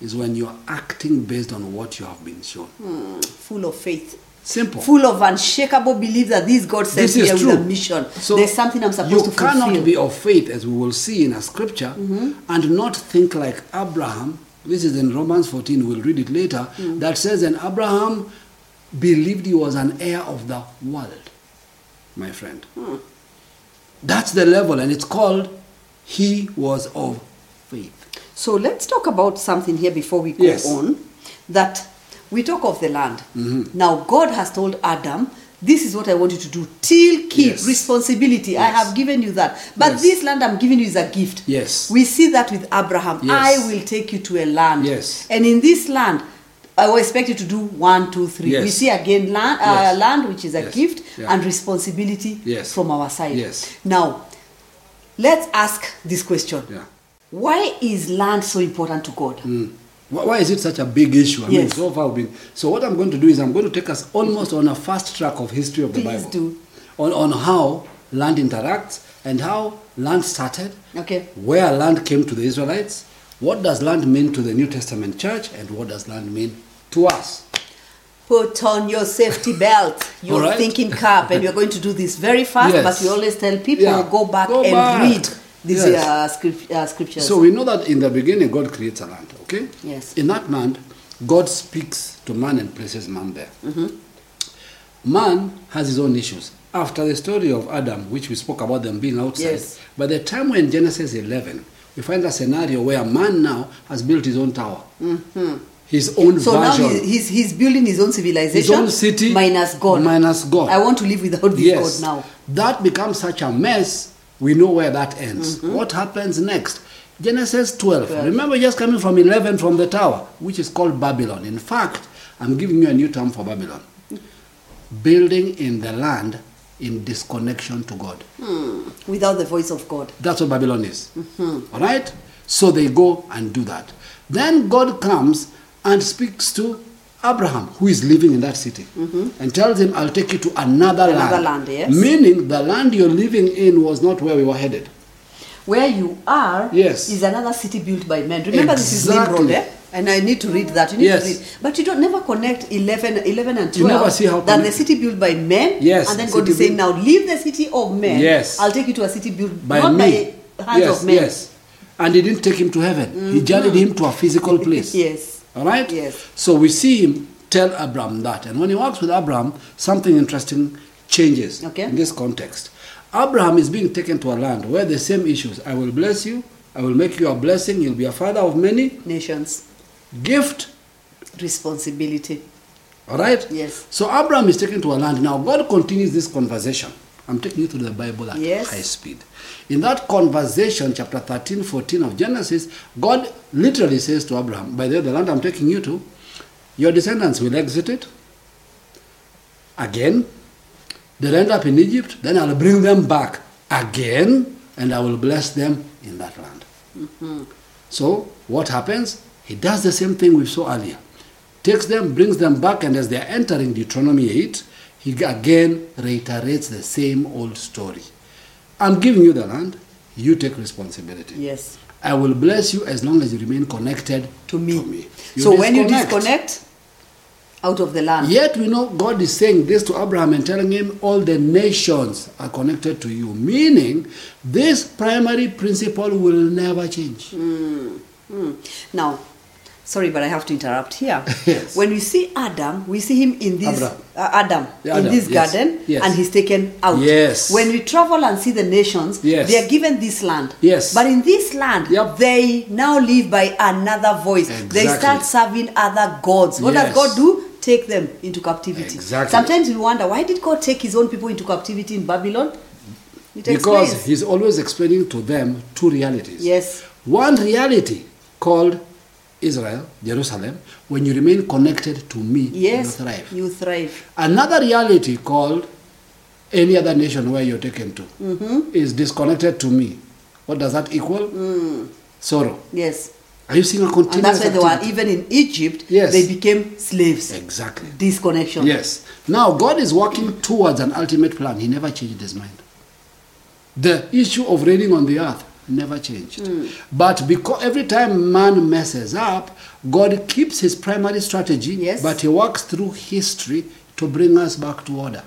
is when you're acting based on what you have been shown. Mm. Full of faith. Simple. Full of unshakable belief that this God sent This me is here true. with a mission. There's something I'm supposed you to You fulfill. Mm-hmm. cannot be of faith, as we will see in a scripture, and not think like Abraham. This is in Romans 14, we'll read it later. Mm. That says, And Abraham believed he was an heir of the world, my friend. Hmm. That's the level, and it's called He Was of Faith. So let's talk about something here before we go Yes. on. That we talk of the land. Mm-hmm. Now, God has told Adam, This is what I want you to do. Till keep Yes. responsibility. I Yes. have given you that. But Yes. this land I'm giving you is a gift. Yes. We see that with Abraham. Yes. I will take you to a land. Yes. And in this land, I will expect you to do one, two, three. We Yes. see again land, uh, Yes. land which is a Yes. gift Yeah. and responsibility Yes. from our side. Yes. Now, let's ask this question. Yeah. Hmm. Why is land so important to God? Why why is it such a big issue? I mean, Yes. so far we've been. So what I'm going to do is I'm going to take us almost on a fast track of history of the Please Bible. do. On on how land interacts and how land started. Okay. Where land came to the Israelites. What does land mean to the New Testament church, and what does land mean to us? Put on your safety belt, your All right. thinking cap, and you're going to do this very fast. Yes. But we always tell people Yeah. go back Go and back. read these Yes. uh, script, uh, scriptures. So we know that in the beginning God creates a land, okay? Yes. In that land, God speaks to man and places man there. Mm-hmm. Man has his own issues. After the story of Adam, which we spoke about them being outside, Yes. by the time we're in Genesis 11, we find a scenario where man now has built his own tower, his own Mm-hmm. So now version. he's, he's, he's building his own civilization, His own city, minus God. minus God. I want to live without this God now. That becomes such a mess. We know where that ends. What happens next? Genesis 12. Mm-hmm. Twelve. Remember, just coming from 11 from the tower, which is called Babylon. In fact, I'm giving you a new term for Babylon Mm. building in the land in disconnection to God. Without the voice of God. That's what Babylon is. Mm-hmm. All right? So they go and do that. Then God comes and speaks to Abraham, who is living in that city, and tells him, I'll take you to another, Mm-hmm. Another land, land. yes. Meaning the land you're living in was not where we were headed. Where you are Yes. is another city built by men. Remember, this is Nimrod, Exactly. eh? And I need to read that. You need Yes. to read. But you don't never connect 11, 11 and 12. You never see how That the connected. city built by men. Yes, And then city God is saying, built- now leave the city of men. Yes. I'll take you to a city built by not me. by hands yes, of men. Mm-hmm. yes. And he didn't take him to heaven. He journeyed him to a physical place. Yes. All right? Yes. So we see him tell Abram that. And when he works with Abram, something interesting changes Okay. in this context. Abraham is being taken to a land where the same issues I will bless you, I will make you a blessing, you'll be a father of many. Nations. Gift, Responsibility. all right? Yes. So Abraham is taken to a land. Now God continues this conversation. I'm taking you through the Bible at Yes. high speed. In that conversation, chapter 13, 14 of Genesis, God literally says to Abraham, By the way, the land I'm taking you to, your descendants will exit it. Again, they'll end up in Egypt, then I'll bring them back again, and I will bless them in that land. Mm-hmm. So what happens? He does the same thing we saw earlier. Takes them, brings them back, and as they are entering Deuteronomy 8, he again reiterates the same old story. I'm giving you the land, you take responsibility. Yes. I will bless you as long as you remain connected To me. You so when you disconnect out of the land. Yet we know God is saying this to Abraham and telling him, All the nations are connected to you. Meaning, this primary principle will never change. Mm. Now, sorry, but I have to interrupt here. Yes. When we see Adam, we see him in this Abraham. uh, Adam, Yeah, in Adam, this yes, garden, yes. and he's taken out. Yes. When we travel and see the nations, Yes. they are given this land. Yes. But in this land, Yep. they now live by another voice. They Exactly. start serving other gods. What Yes. does God do? Take them into captivity. Exactly. Sometimes we wonder why did God take His own people into captivity in Babylon? It because explains. he's always explaining to them two realities. Yes. One reality called Israel, Jerusalem, when you remain connected to me, yes, you thrive. You thrive. Another reality called any other nation where you're taken to Mm-hmm. is disconnected to me. What does that equal? Sorrow. Yes. Are you seeing a continuous Mm. and that's why they were activity? even in Egypt. Yes. they became slaves. Exactly. Disconnection. Yes. Now God is working towards an ultimate plan. He never changed his mind. The issue of reigning on the earth never changed. But because every time man messes up, God keeps his primary strategy, Yes. but he works through history to bring us back to order.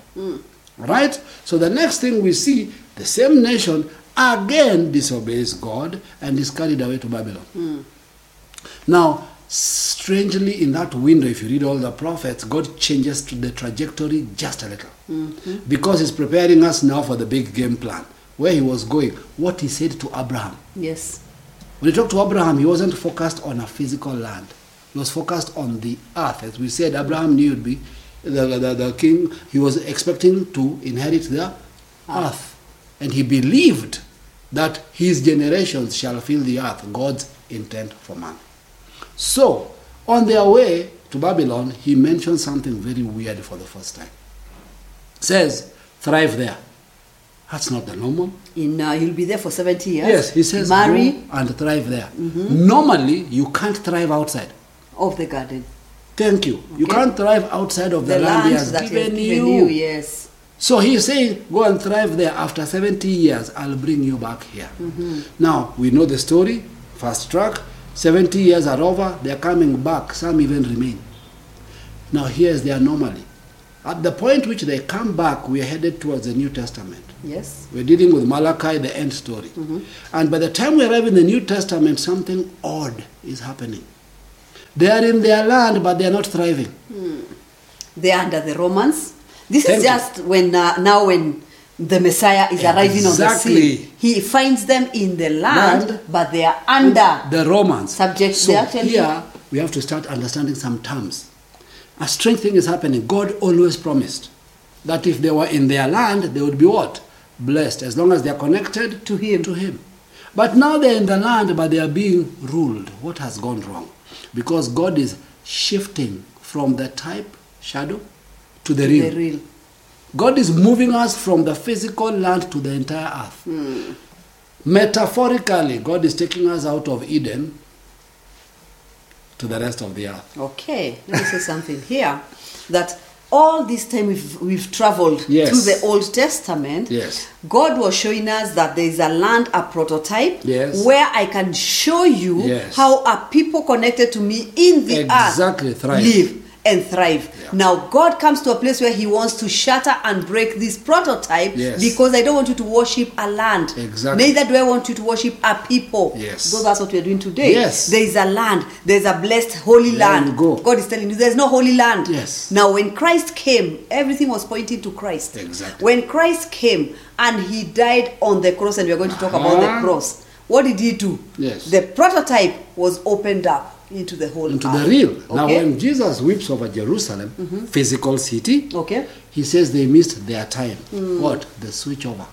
Right? So the next thing we see, the same nation again disobeys God and is carried away to Babylon. Now, strangely, in that window, if you read all the prophets, God changes to the trajectory just a little because He's preparing us now for the big game plan where He was going, what He said to Abraham. Yes. When he talked to Abraham, he wasn't focused on a physical land. He was focused on the earth. As we said, Abraham knew he'd be the, the, the king. He was expecting to inherit the earth. And he believed that his generations shall fill the earth, God's intent for man. So, on their way to Babylon, he mentioned something very weird for the first time. Says, thrive there. That's not the normal. In uh, you'll be there for seventy years. Yes, he says marry go and thrive there. Normally, you can't thrive outside. of the garden, Thank you. You Okay. can't thrive outside of the, the land he land has that given, he you. you. Yes. So he's saying, go and thrive there. After 70 years, I'll bring you back here. Now, we know the story. Fast track. 70 years are over. They're coming back. Some even remain. Now, here's the anomaly. At the point which they come back, we are headed towards the New Testament. Yes. We're dealing with Malachi, the end story. And by the time we arrive in the New Testament, something odd is happening. They are in their land, but they are not thriving. They're under the Romans. This Thank is you. just when uh, now when the Messiah is arriving on the Exactly. scene. He finds them in the land, Land. but they are under. The Romans. Subject- so they are telling- here, we have to start understanding some terms. A strange thing is happening. God always promised that if they were in their land, they would be what? Blessed, as long as they are connected To Him. To him. But now they're in the land, but they are being ruled. What has gone wrong? Because God is shifting from the type shadow to the real. The real. God is moving us from the physical land to the entire earth. Metaphorically, God is taking us out of Eden to the rest of the earth. Okay, let me say something here that all this time we've, we've traveled Yes. through the Old Testament, Yes. God was showing us that there is a land, a prototype, Yes. where I can show you Yes. how a people connected to me in the Exactly, earth thrive. live and thrive. Yeah. Now, God comes to a place where He wants to shatter and break this prototype Yes. because I don't want you to worship a land. Exactly. Neither do I want you to worship a people. Yes. Because that's what we're doing today. Yes. There is a land, there's a blessed holy There you land. go. God is telling you there's no holy land. Yes. Now, when Christ came, everything was pointing to Christ. Exactly. When Christ came and he died on the cross, and we're going to talk about Uh-huh. the cross, what did he do? Yes. The prototype was opened up into the whole into earth. the real. Now, Ah, Okay? when Jesus weeps over Jerusalem, physical city, Okay. he says they missed their time. What? The switch over.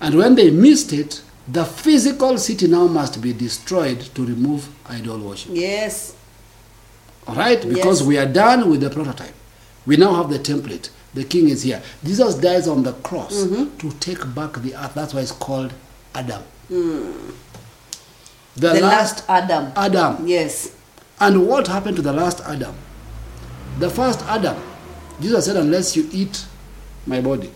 And when they missed it, the physical city now must be destroyed to remove idol worship. Yes. All right? Because Yes. we are done with the prototype. We now have the template. The king is here. Jesus dies on the cross Mm-hmm. to take back the earth. That's why it's called Adam. The, Mm. The, last last, Adam. Adam. Yes. And what happened to the last Adam? The first Adam, Jesus said, Unless you eat my body.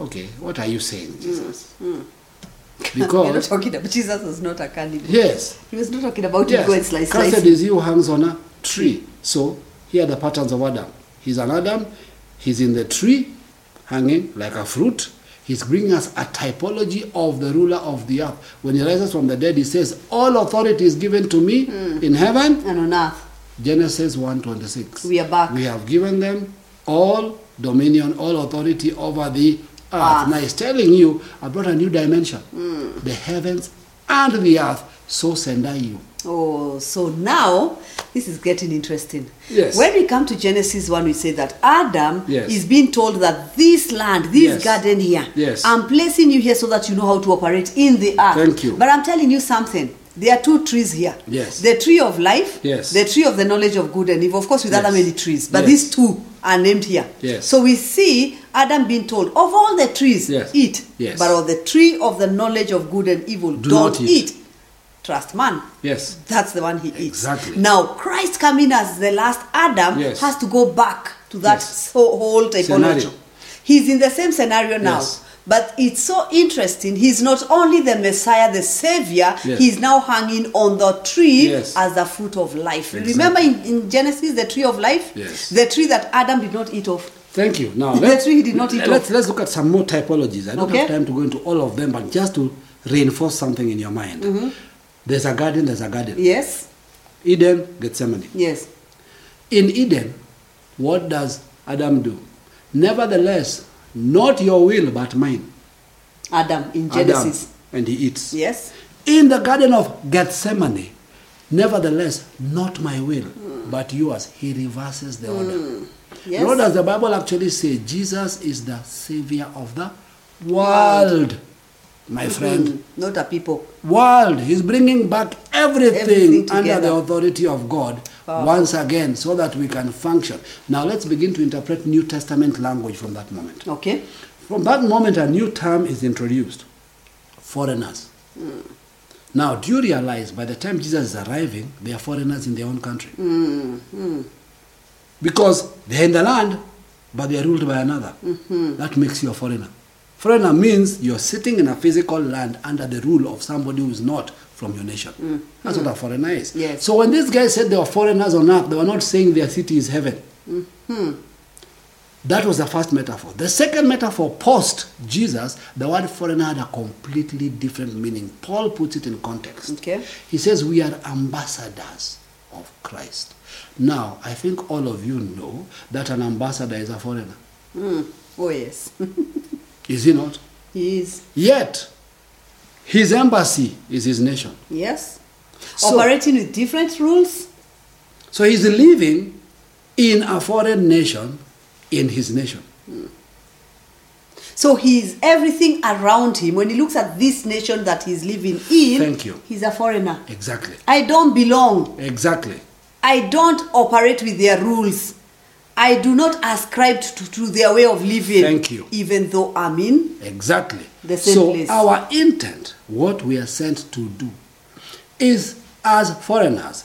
Okay, what are you saying, Jesus? Mm, we're not Because, talking about Jesus was not a cannibal. yes, He was not talking about you yes, go and slice, slice. cursed is you hangs on a tree. So, here are the patterns of Adam. He's an Adam, he's in the tree, hanging like a fruit. He's bringing us a typology of the ruler of the earth. When he rises from the dead, he says, All authority is given to me Hmm. in heaven And on earth. Genesis 1:26. We are back. We have given them all dominion, all authority over the earth. Earth. Now he's telling you, I brought a new dimension. Hmm. The heavens and the earth, so send I you. Oh, so now this is getting interesting. Yes. When we come to Genesis 1, we say that Adam Yes. is being told that this land, this Yes. garden here, Yes. I'm placing you here so that you know how to operate in the earth. Thank you. But I'm telling you something. There are two trees here. Yes. The tree of life. Yes. The tree of the knowledge of good and evil. Of course, with other Yes. many trees. But Yes. these two are named here. Yes. So we see Adam being told, of all the trees, Yes. eat. Yes. But of the tree of the knowledge of good and evil, Do not not eat. eat. Trust man. Yes. That's the one he eats. Exactly. Now, Christ coming as the last Adam Yes. has to go back to that Yes. so whole typology. Scenario. He's in the same scenario now. Yes. But it's so interesting. He's not only the Messiah, the Savior, Yes. he's now hanging on the tree Yes. as the fruit of life. Exactly. Remember in, in Genesis, the tree of life? Yes. The tree that Adam did not eat of. Thank you. Now That's let's, why he did not eat let's, let's look at some more typologies. I don't Okay. have time to go into all of them, but just to reinforce something in your mind. Mm-hmm. There's a garden, there's a garden. Yes? Eden, Gethsemane. Yes. In Eden, what does Adam do? Nevertheless, not your will but mine. Adam in Adam. Genesis. and he eats. Yes? In the Garden of Gethsemane, nevertheless, not my will Mm. but yours. He reverses the order. Yes. Nor does the Bible actually say Jesus is the savior of the world. My friend, Mm, Not a people. world. He's bringing back everything, Everything under together. the authority of God once again so that we can function. Now let's begin to interpret New Testament language from that moment. Okay? From that moment, a new term is introduced foreigners. Now, do you realize by the time Jesus is arriving, they are foreigners in their own country? Because they're in the land, but they are ruled by another. That makes you a foreigner. Foreigner means you're sitting in a physical land under the rule of somebody who is not from your nation. That's what a foreigner is. Yes. So when these guys said they were foreigners on earth, they were not saying their city is heaven. That was the first metaphor. The second metaphor, post Jesus, the word foreigner had a completely different meaning. Paul puts it in context. Okay. He says, We are ambassadors of Christ. Now, I think all of you know that an ambassador is a foreigner. Mm. Oh, yes. Is he not? he is. Yet, his embassy is his nation. Yes. So- Operating with different rules. So he's living in a foreign nation, in his nation. So he's everything around him. When he looks at this nation that he's living in, Thank you. he's a foreigner. Exactly. I don't belong. Exactly. I don't operate with their rules. I do not ascribe to, to their way of living. Thank you. Even though I'm in. Exactly. The same so place. our intent, what we are sent to do, is as foreigners,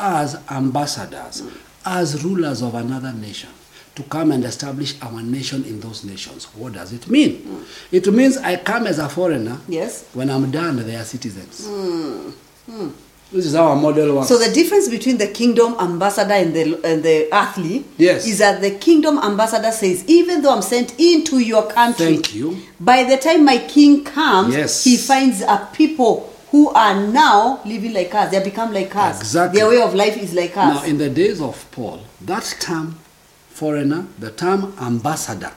as ambassadors, as rulers of another nation to come and establish our nation in those nations. What does it mean? It means I come as a foreigner. Hmm. Yes. Hmm. When I'm done, they are citizens. This is how our model works. So the difference between the kingdom ambassador and the and the earthly Yes. is that the kingdom ambassador says, even though I'm sent into your country, Thank you. By the time my king comes, Yes. he finds a people who are now living like us. They become like us. Exactly. Their way of life is like us. Now, in the days of Paul, that term foreigner, the term ambassador,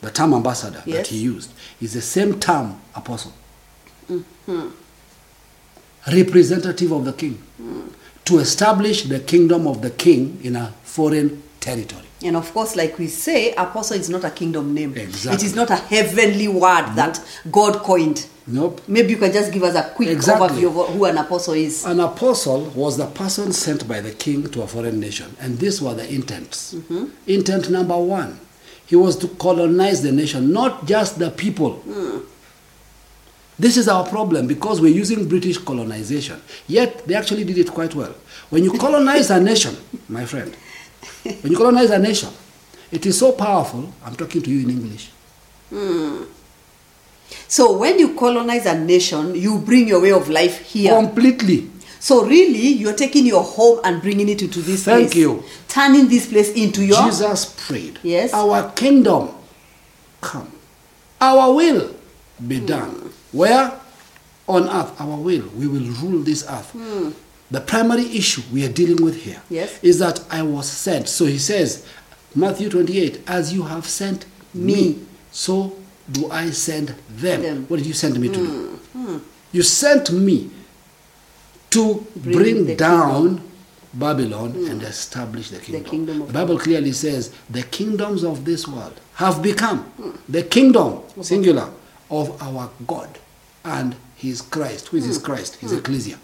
the term ambassador that Yes. he used is the same term apostle. Mm-hmm. Representative of the king. Mm. To establish the kingdom of the king in a foreign territory. And of course, like we say, apostle is not a kingdom name. It Exactly. is not a heavenly word that God coined. Nope. Maybe you can just give us a quick Exactly. overview of who an apostle is. An apostle was the person sent by the king to a foreign nation, and these were the intents. Intent number one, he was to colonize the nation, not just the people. This is our problem because we're using British colonization, yet they actually did it quite well. When you colonize a nation, my friend, when you colonize a nation, it is so powerful. I'm talking to you in English. So when you colonize a nation, you bring your way of life here. Um, Completely. so really, you're taking your home and bringing it into this place. Thank you. Turning this place into your. Jesus prayed, Yes. Our kingdom come, our will be Hmm. done. Where? On earth, our will. We will rule this earth. The primary issue we are dealing with here is Hmm. Yes. that I was sent. So he says, Matthew 28, as you have sent me, so do I send them. Them. Hmm. What did you send me to do? You sent me to Bring bring, the down Babylon and establish the kingdom. Hmm. kingdom of the Bible clearly says the kingdoms of this world have become Hmm. the kingdom singular of our God and His Christ. Who is Hmm. His Christ? His ecclesia.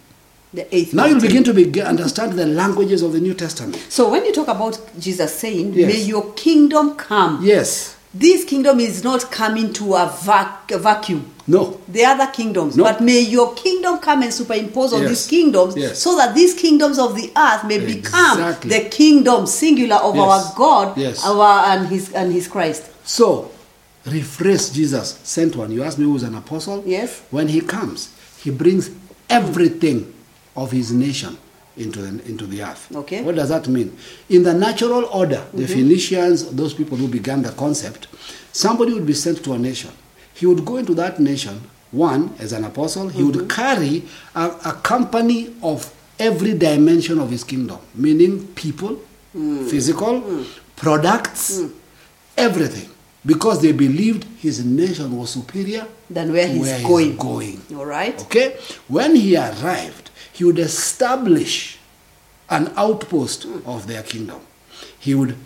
The eighth Now you'll mountain. begin to be, understand the languages of the New Testament. So when you talk about Jesus saying, Yes. "May your kingdom come," Yes. this kingdom is not coming to a, vac- a vacuum. No. the other kingdoms. No. But may your kingdom come and superimpose on Yes. these kingdoms Yes. so that these kingdoms of the earth may become Exactly. the kingdom singular of Yes. our God Yes. our, and, his, and his Christ. So, rephrase Jesus sent one. You asked me who's an apostle? Yes. When he comes, he brings everything of his nation into the, into the earth. Okay. What does that mean? In the natural order, the Phoenicians, those people who began the concept, somebody would be sent to a nation. He would go into that nation, one, as an apostle, he would carry a, a company of every dimension of his kingdom, meaning people, physical, products, everything. Because they believed his nation was superior Than where to he's where he's going. going. All right? Okay? When he arrived, he would establish an outpost of their kingdom. He would,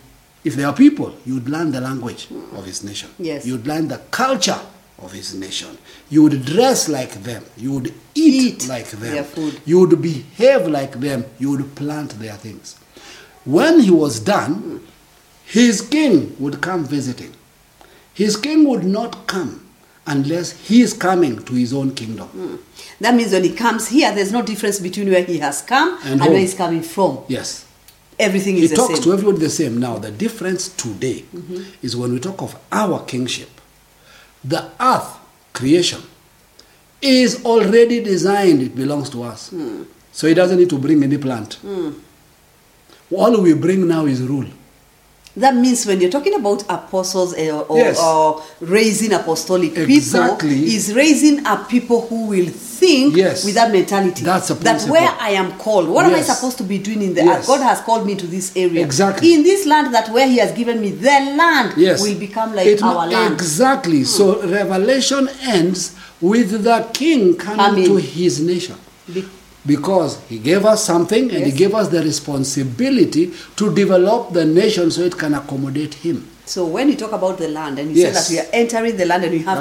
if there are people, you would learn the language of his nation. Yes. You would learn the culture of his nation. You would dress like them. You would eat, Eat like them. their food. You would behave like them. You would plant their things. When he was done, his king would come visiting. His king would not come unless he is coming to his own kingdom. That means when he comes here, there's no difference between where he has come And and, home. where he's coming from. Yes. Everything He is the talks to same. Mm-hmm. everybody the same. Now, the difference today is when we talk of our kingship, the earth creation is already designed, it belongs to us. Hmm. So he doesn't need to bring any plant. All we bring now is rule. That means when you're talking about apostles eh, or, Yes. or raising apostolic people, Exactly. is raising a people who will think Yes. with that mentality. That's a that where principle. I am called, what am I Yes. supposed to be doing in the Yes. earth? God has called me to this area. Exactly. In this land that where He has given me, their land Yes. will become like It- our land. Hmm. Exactly. So Revelation ends with the king coming Coming. to his nation. Be- Because he gave us something and he Yes. gave us the responsibility to develop the nation so it can accommodate him. so when you talk about the land and you Yes. say that we are entering the land and we have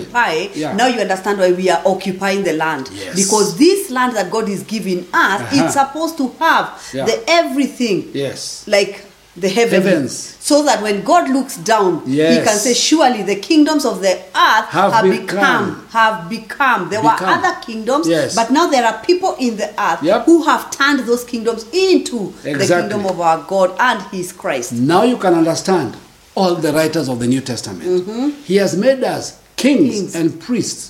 to occupy, Yeah. now you understand why we are occupying the land. Yes. Because this land that God is giving us, Uh-huh. it's supposed to have Yeah. the everything Yes. like the heavenly, Heavens. so that when God looks down, He can Yes. say, "Surely the kingdoms of the earth have, Have become, become. have become." There were Become. other kingdoms, Yes. but now there are people in the earth Yep. who have turned those kingdoms into the Exactly. kingdom of our God and His Christ. Now you can understand all the writers of the New Testament. He has made us kings, Mm-hmm. Kings. and priests.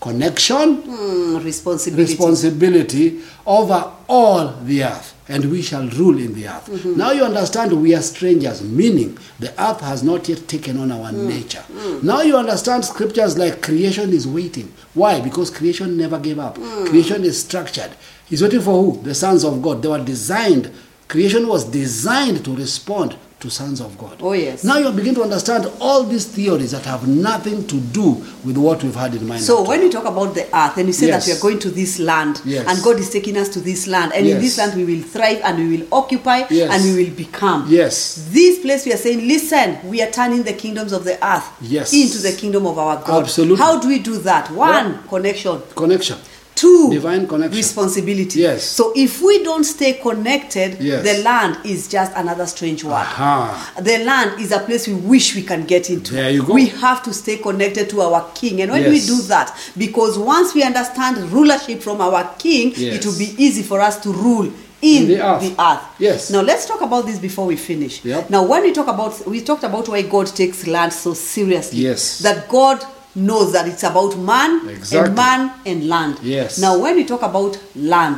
Connection, Mm, responsibility. responsibility over all the earth, and we shall rule in the earth. Mm-hmm. Now you understand we are strangers, meaning the earth has not yet taken on our Mm. nature. Now you understand scriptures like creation is waiting. Why? Because creation never gave up. Mm. Creation is structured. He's waiting for who? The sons of God. They were designed, creation was designed to respond to sons of God. Oh, yes. Now you begin to understand all these theories that have nothing to do with what we've had in mind. So up to when we talk about the earth and we say that Yes. we are going to this land Yes. and God is taking us to this land and in this Yes. land we will thrive and we will occupy Yes. and we will become. Yes. This place we are saying, listen, we are turning the kingdoms of the earth Yes. into the kingdom of our God. Absolutely. How do we do that? One, connection. Connection. Two, Divine connection. responsibility. Yes. So if we don't stay connected, Yes. the land is just another strange word. Aha. The land is a place we wish we can get into. There you go. We have to stay connected to our king. And when Yes. we do that, because once we understand rulership from our king, it Yes. will be easy for us to rule in the the earth. earth. Yes. Now let's talk about this before we finish. Yep. Now when we talk about we talked about why God takes land so seriously. Yes. That God knows that it's about man Exactly. and man and land. Yes. Now when we talk about land,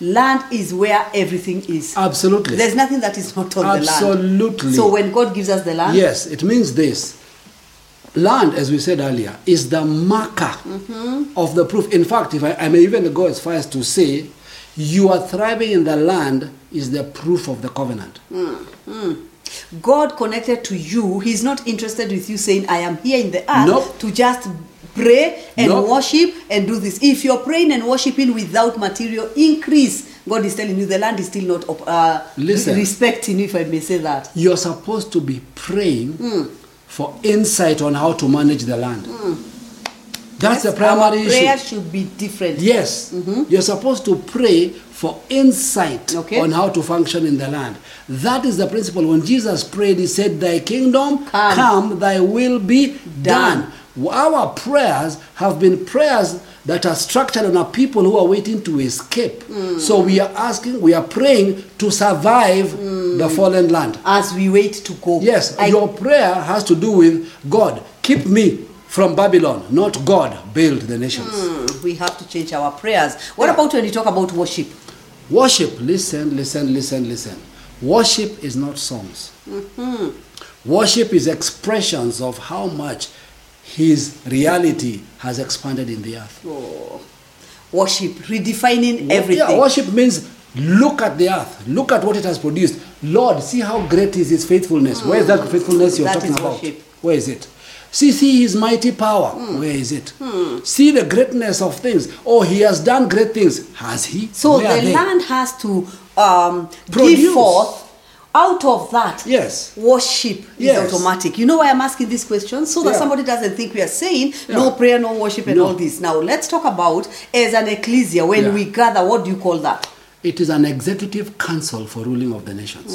land is where everything is. Absolutely. There's nothing that is not on the land. Absolutely. So when God gives us the land, yes, it means this. Land, as we said earlier, is the marker Mm-hmm. of the proof. In fact, if I, I may even go as far as to say, you are thriving in the land is the proof of the covenant. Mm. God connected to you, He's not interested with you saying, I am here in the earth Nope. to just pray and Nope. worship and do this. If you're praying and worshiping without material increase, God is telling you the land is still not op- uh, Listen. respecting you, if I may say that. You're supposed to be praying Mm. for insight on how to manage the land. That's the primary Our prayer issue. should be different. Yes, you're supposed to pray for insight Okay. on how to function in the land. That is the principle. When Jesus prayed, he said, Thy kingdom Come. come, thy will be Done. done. Our prayers have been prayers that are structured on our people who are waiting to escape. So we are asking, we are praying to survive the fallen land. As we wait to go. Yes, I- your prayer has to do with God, keep me from Babylon, not God, build the nations. we have to change our prayers. What Yeah. about when you talk about worship? Worship, listen, listen, listen, listen. Worship is not songs. Mm-hmm. Worship is expressions of how much His reality has expanded in the earth. Oh, worship, redefining everything. Yeah, worship means look at the earth, look at what it has produced. Lord, see how great is His faithfulness. Where is that faithfulness you're Mm. That talking is about? worship. Mm. Where is it? See, see His mighty power. Where is it? See the greatness of things. Oh, He has done great things. Has He? So Where are the they? land has to um, give Produce. forth. Out of that, Yes. worship Yes. is automatic. You know why I'm asking these questions? So that Yeah. somebody doesn't think we are saying no Yeah. prayer, no worship, and No. all this. Now let's talk about as an ecclesia when Yeah. we gather. What do you call that? It is an executive council for ruling of the nations.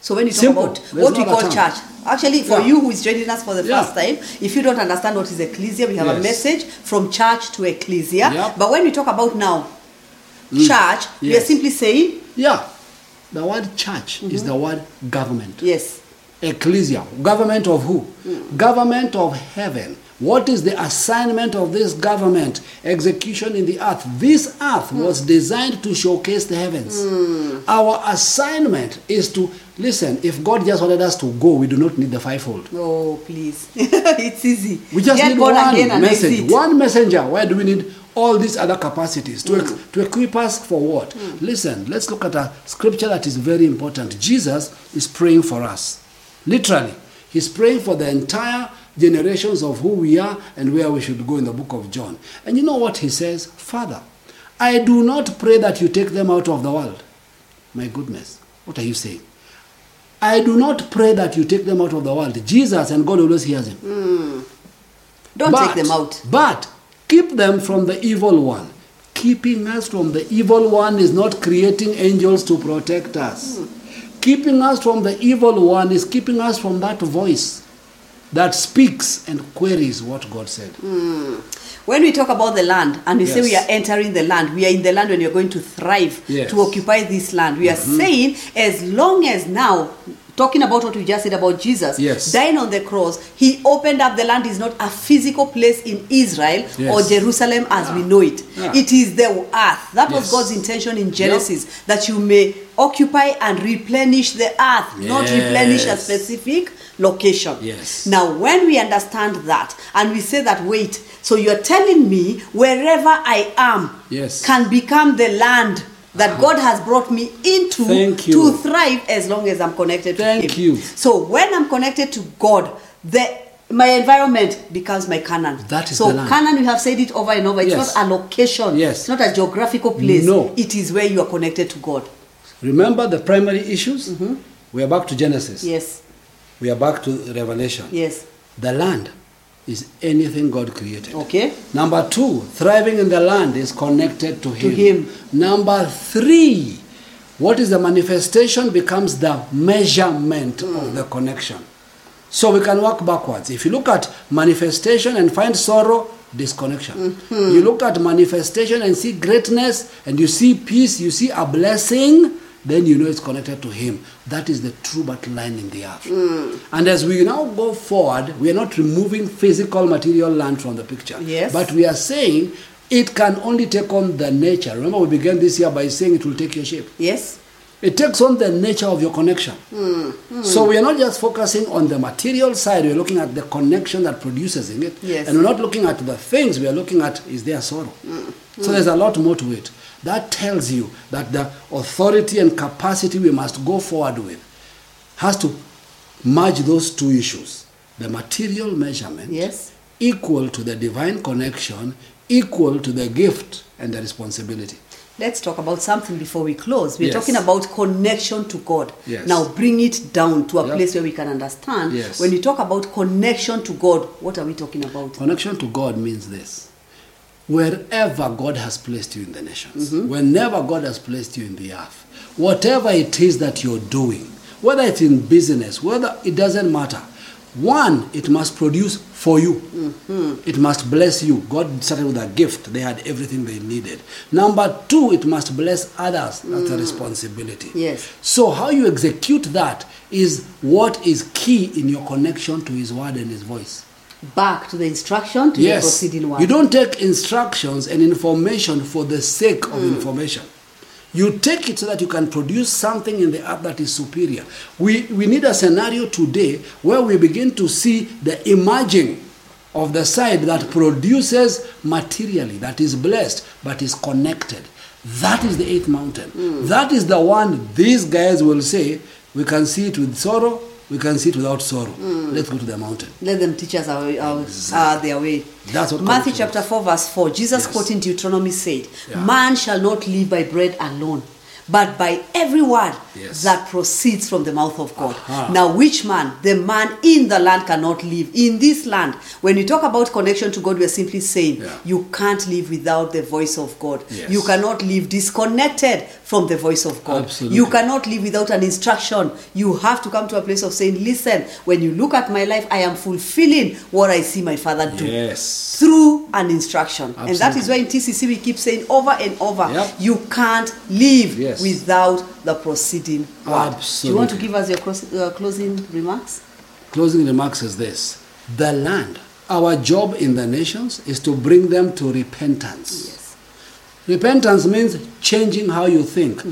So when you talk Simple. about There's what we no call other term. church, actually for Yeah. you who is joining us for the Yeah. first time, if you don't understand what is ecclesia, we have a Yes. message from church to ecclesia. Yep. Mm. But when we talk about now church, we are Yes. simply saying Yeah. The word church is the word government. yes. Ecclesia. Government of who? Government of heaven. What is the assignment of this government? Execution in the earth. This earth was designed to showcase the heavens. Our assignment is to listen, if God just wanted us to go, we do not need the fivefold. Oh please, it's easy. We just Get need born one again and message, exit. one messenger. Why do we need all these other capacities to, ex- to equip us for what? Hmm. Listen, let's look at a scripture that is very important. Jesus is praying for us, literally. He's praying for the entire generations of who we are and where we should go in the book of John. And you know what he says? Father, I do not pray that you take them out of the world. My goodness, what are you saying? I do not pray that you take them out of the world. Jesus and God always hears him. Don't But- take them out. But keep them from the evil one. Keeping us from the evil one is not creating angels to protect us. Hmm. Keeping us from the evil one is keeping us from that voice that speaks and queries what God said. Hmm. When we talk about the land and we say we Yes. are entering the land, we are in the land when you're going to thrive Yes. Mm-hmm. to occupy this land. We are saying as long as now talking about what we just said about Jesus Yes. dying on the cross, he opened up the land is not a physical place in Israel or Yes. Jerusalem as we know it. Yeah. It is the earth. That was Yes. God's intention in Genesis that you may occupy and replenish the earth, not replenish a Yes. specific location. Yes. Now, when we understand that and we say that, wait, so you're telling me wherever I am Yes. Uh-huh. can become the land that God has brought me into Thank you. to thrive as long as I'm connected Thank to Him. you. So when I'm connected to God, the my environment becomes my Canaan. That is so the land. Canaan, we have said it over and over. It's Yes. not a location. Yes. It's not a geographical place. No. It is where you are connected to God. Remember the primary issues? Mm-hmm. We are back to Genesis. Yes. We are back to Revelation. Yes. The land is anything God created. Okay. Number two, thriving in the land is connected to Him. Him. Number three, what is the manifestation becomes the measurement of the connection. So we can work backwards. If you look at manifestation and find sorrow, disconnection. You look at manifestation and see greatness, and you see peace, you see a blessing, then you know it's connected to Him. That is the true battle line in the earth. And as we now go forward, we are not removing physical material land from the picture. Yes. But we are saying it can only take on the nature. Remember, we began this year by saying it will take your shape. Yes. It takes on the nature of your connection. So we are not just focusing on the material side, we're looking at the connection that produces in it. Yes. And we're not looking at the things, we are looking at is there sorrow. So there's a lot more to it. That tells you that the authority and capacity we must go forward with has to merge those two issues the material measurement Yes. equal to the divine connection, equal to the gift and the responsibility. Let's talk about something before we close. We're Yes. talking about connection to God. Yes. Now bring it down to a Yep. place where we can understand. Yes. When we talk about connection to God, what are we talking about? Connection to God means this. Wherever God has placed you in the nations, whenever God has placed you in the earth, whatever it is that you're doing, whether it's in business, whether it doesn't matter, one, it must produce for you. It must bless you. God started with a gift, they had everything they needed. Number two, it must bless others. That's a responsibility. Yes. So, how you execute that is what is key in your connection to His Word and His voice Back to the instruction to the proceeding one. you don't take instructions and information for the sake of Mm. information. You take it so that you can produce something in the earth that is superior. We, we need a scenario today where we begin to see the emerging of the side that produces materially, that is blessed, but is connected. That is the eighth mountain. Mm. That is the one these guys will say, we can see it with sorrow, we can see it without sorrow. Mm. Let's go to the mountain. Let them teach us our, our, uh, their way. That's what Matthew connection chapter 4, verse 4. Jesus Yes. quoting Deuteronomy said, Yeah. Man shall not live by bread alone, but by every word Yes. that proceeds from the mouth of God. Aha. Now, which man? The man in the land cannot live. In this land, when we talk about connection to God, we're simply saying, Yeah. You can't live without the voice of God. Yes. You cannot live disconnected from the voice of God. Absolutely. You cannot live without an instruction. You have to come to a place of saying, listen, when you look at my life, I am fulfilling what I see my father do. Yes. Through an instruction. And that is Absolutely. why in TCC we keep saying over and over, Yep. you can't live Yes. without the proceeding word. Do you want to Absolutely. give us your close, uh, closing remarks? Closing remarks is this the land. Our job in the nations is to bring them to repentance. Yes. Repentance means changing how you think.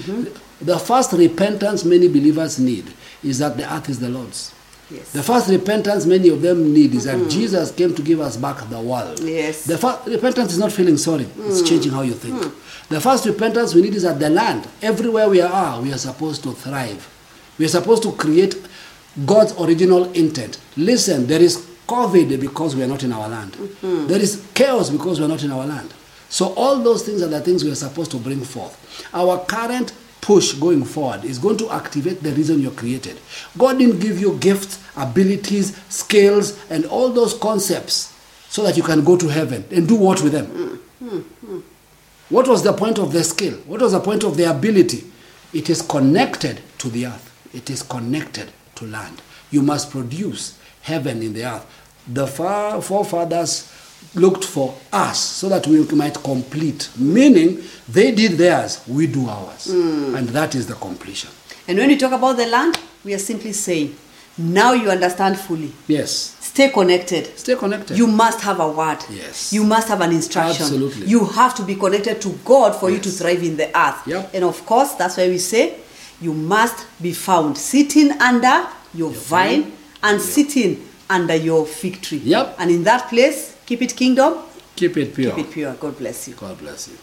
The first repentance many believers need is that the earth is the Lord's. Yes. The first repentance many of them need is that Jesus came to give us back the world. Yes. The first repentance is not feeling sorry, it's changing how you think. The first repentance we need is that the land, everywhere we are, we are supposed to thrive. We are supposed to create God's original intent. Listen, there is COVID because we are not in our land, There is chaos because we are not in our land. So, all those things are the things we are supposed to bring forth. Our current push going forward is going to activate the reason you're created. God didn't give you gifts, abilities, skills, and all those concepts so that you can go to heaven and do what with them? What was the point of the skill? What was the point of the ability? It is connected to the earth. It is connected to land. You must produce heaven in the earth. The far forefathers looked for us so that we might complete, meaning they did theirs, we do ours. And that is the completion. And when we talk about the land, we are simply saying, now you understand fully. Yes. Stay connected. Stay connected. You must have a word. Yes. You must have an instruction. Absolutely. You have to be connected to God for you to Yes. thrive in the earth. Yep. And of course, that's why we say you must be found sitting under your, vine, vine. and sitting under your fig tree. Yep. And in that place, keep it kingdom, Keep it pure. keep it pure. God bless you. God bless you.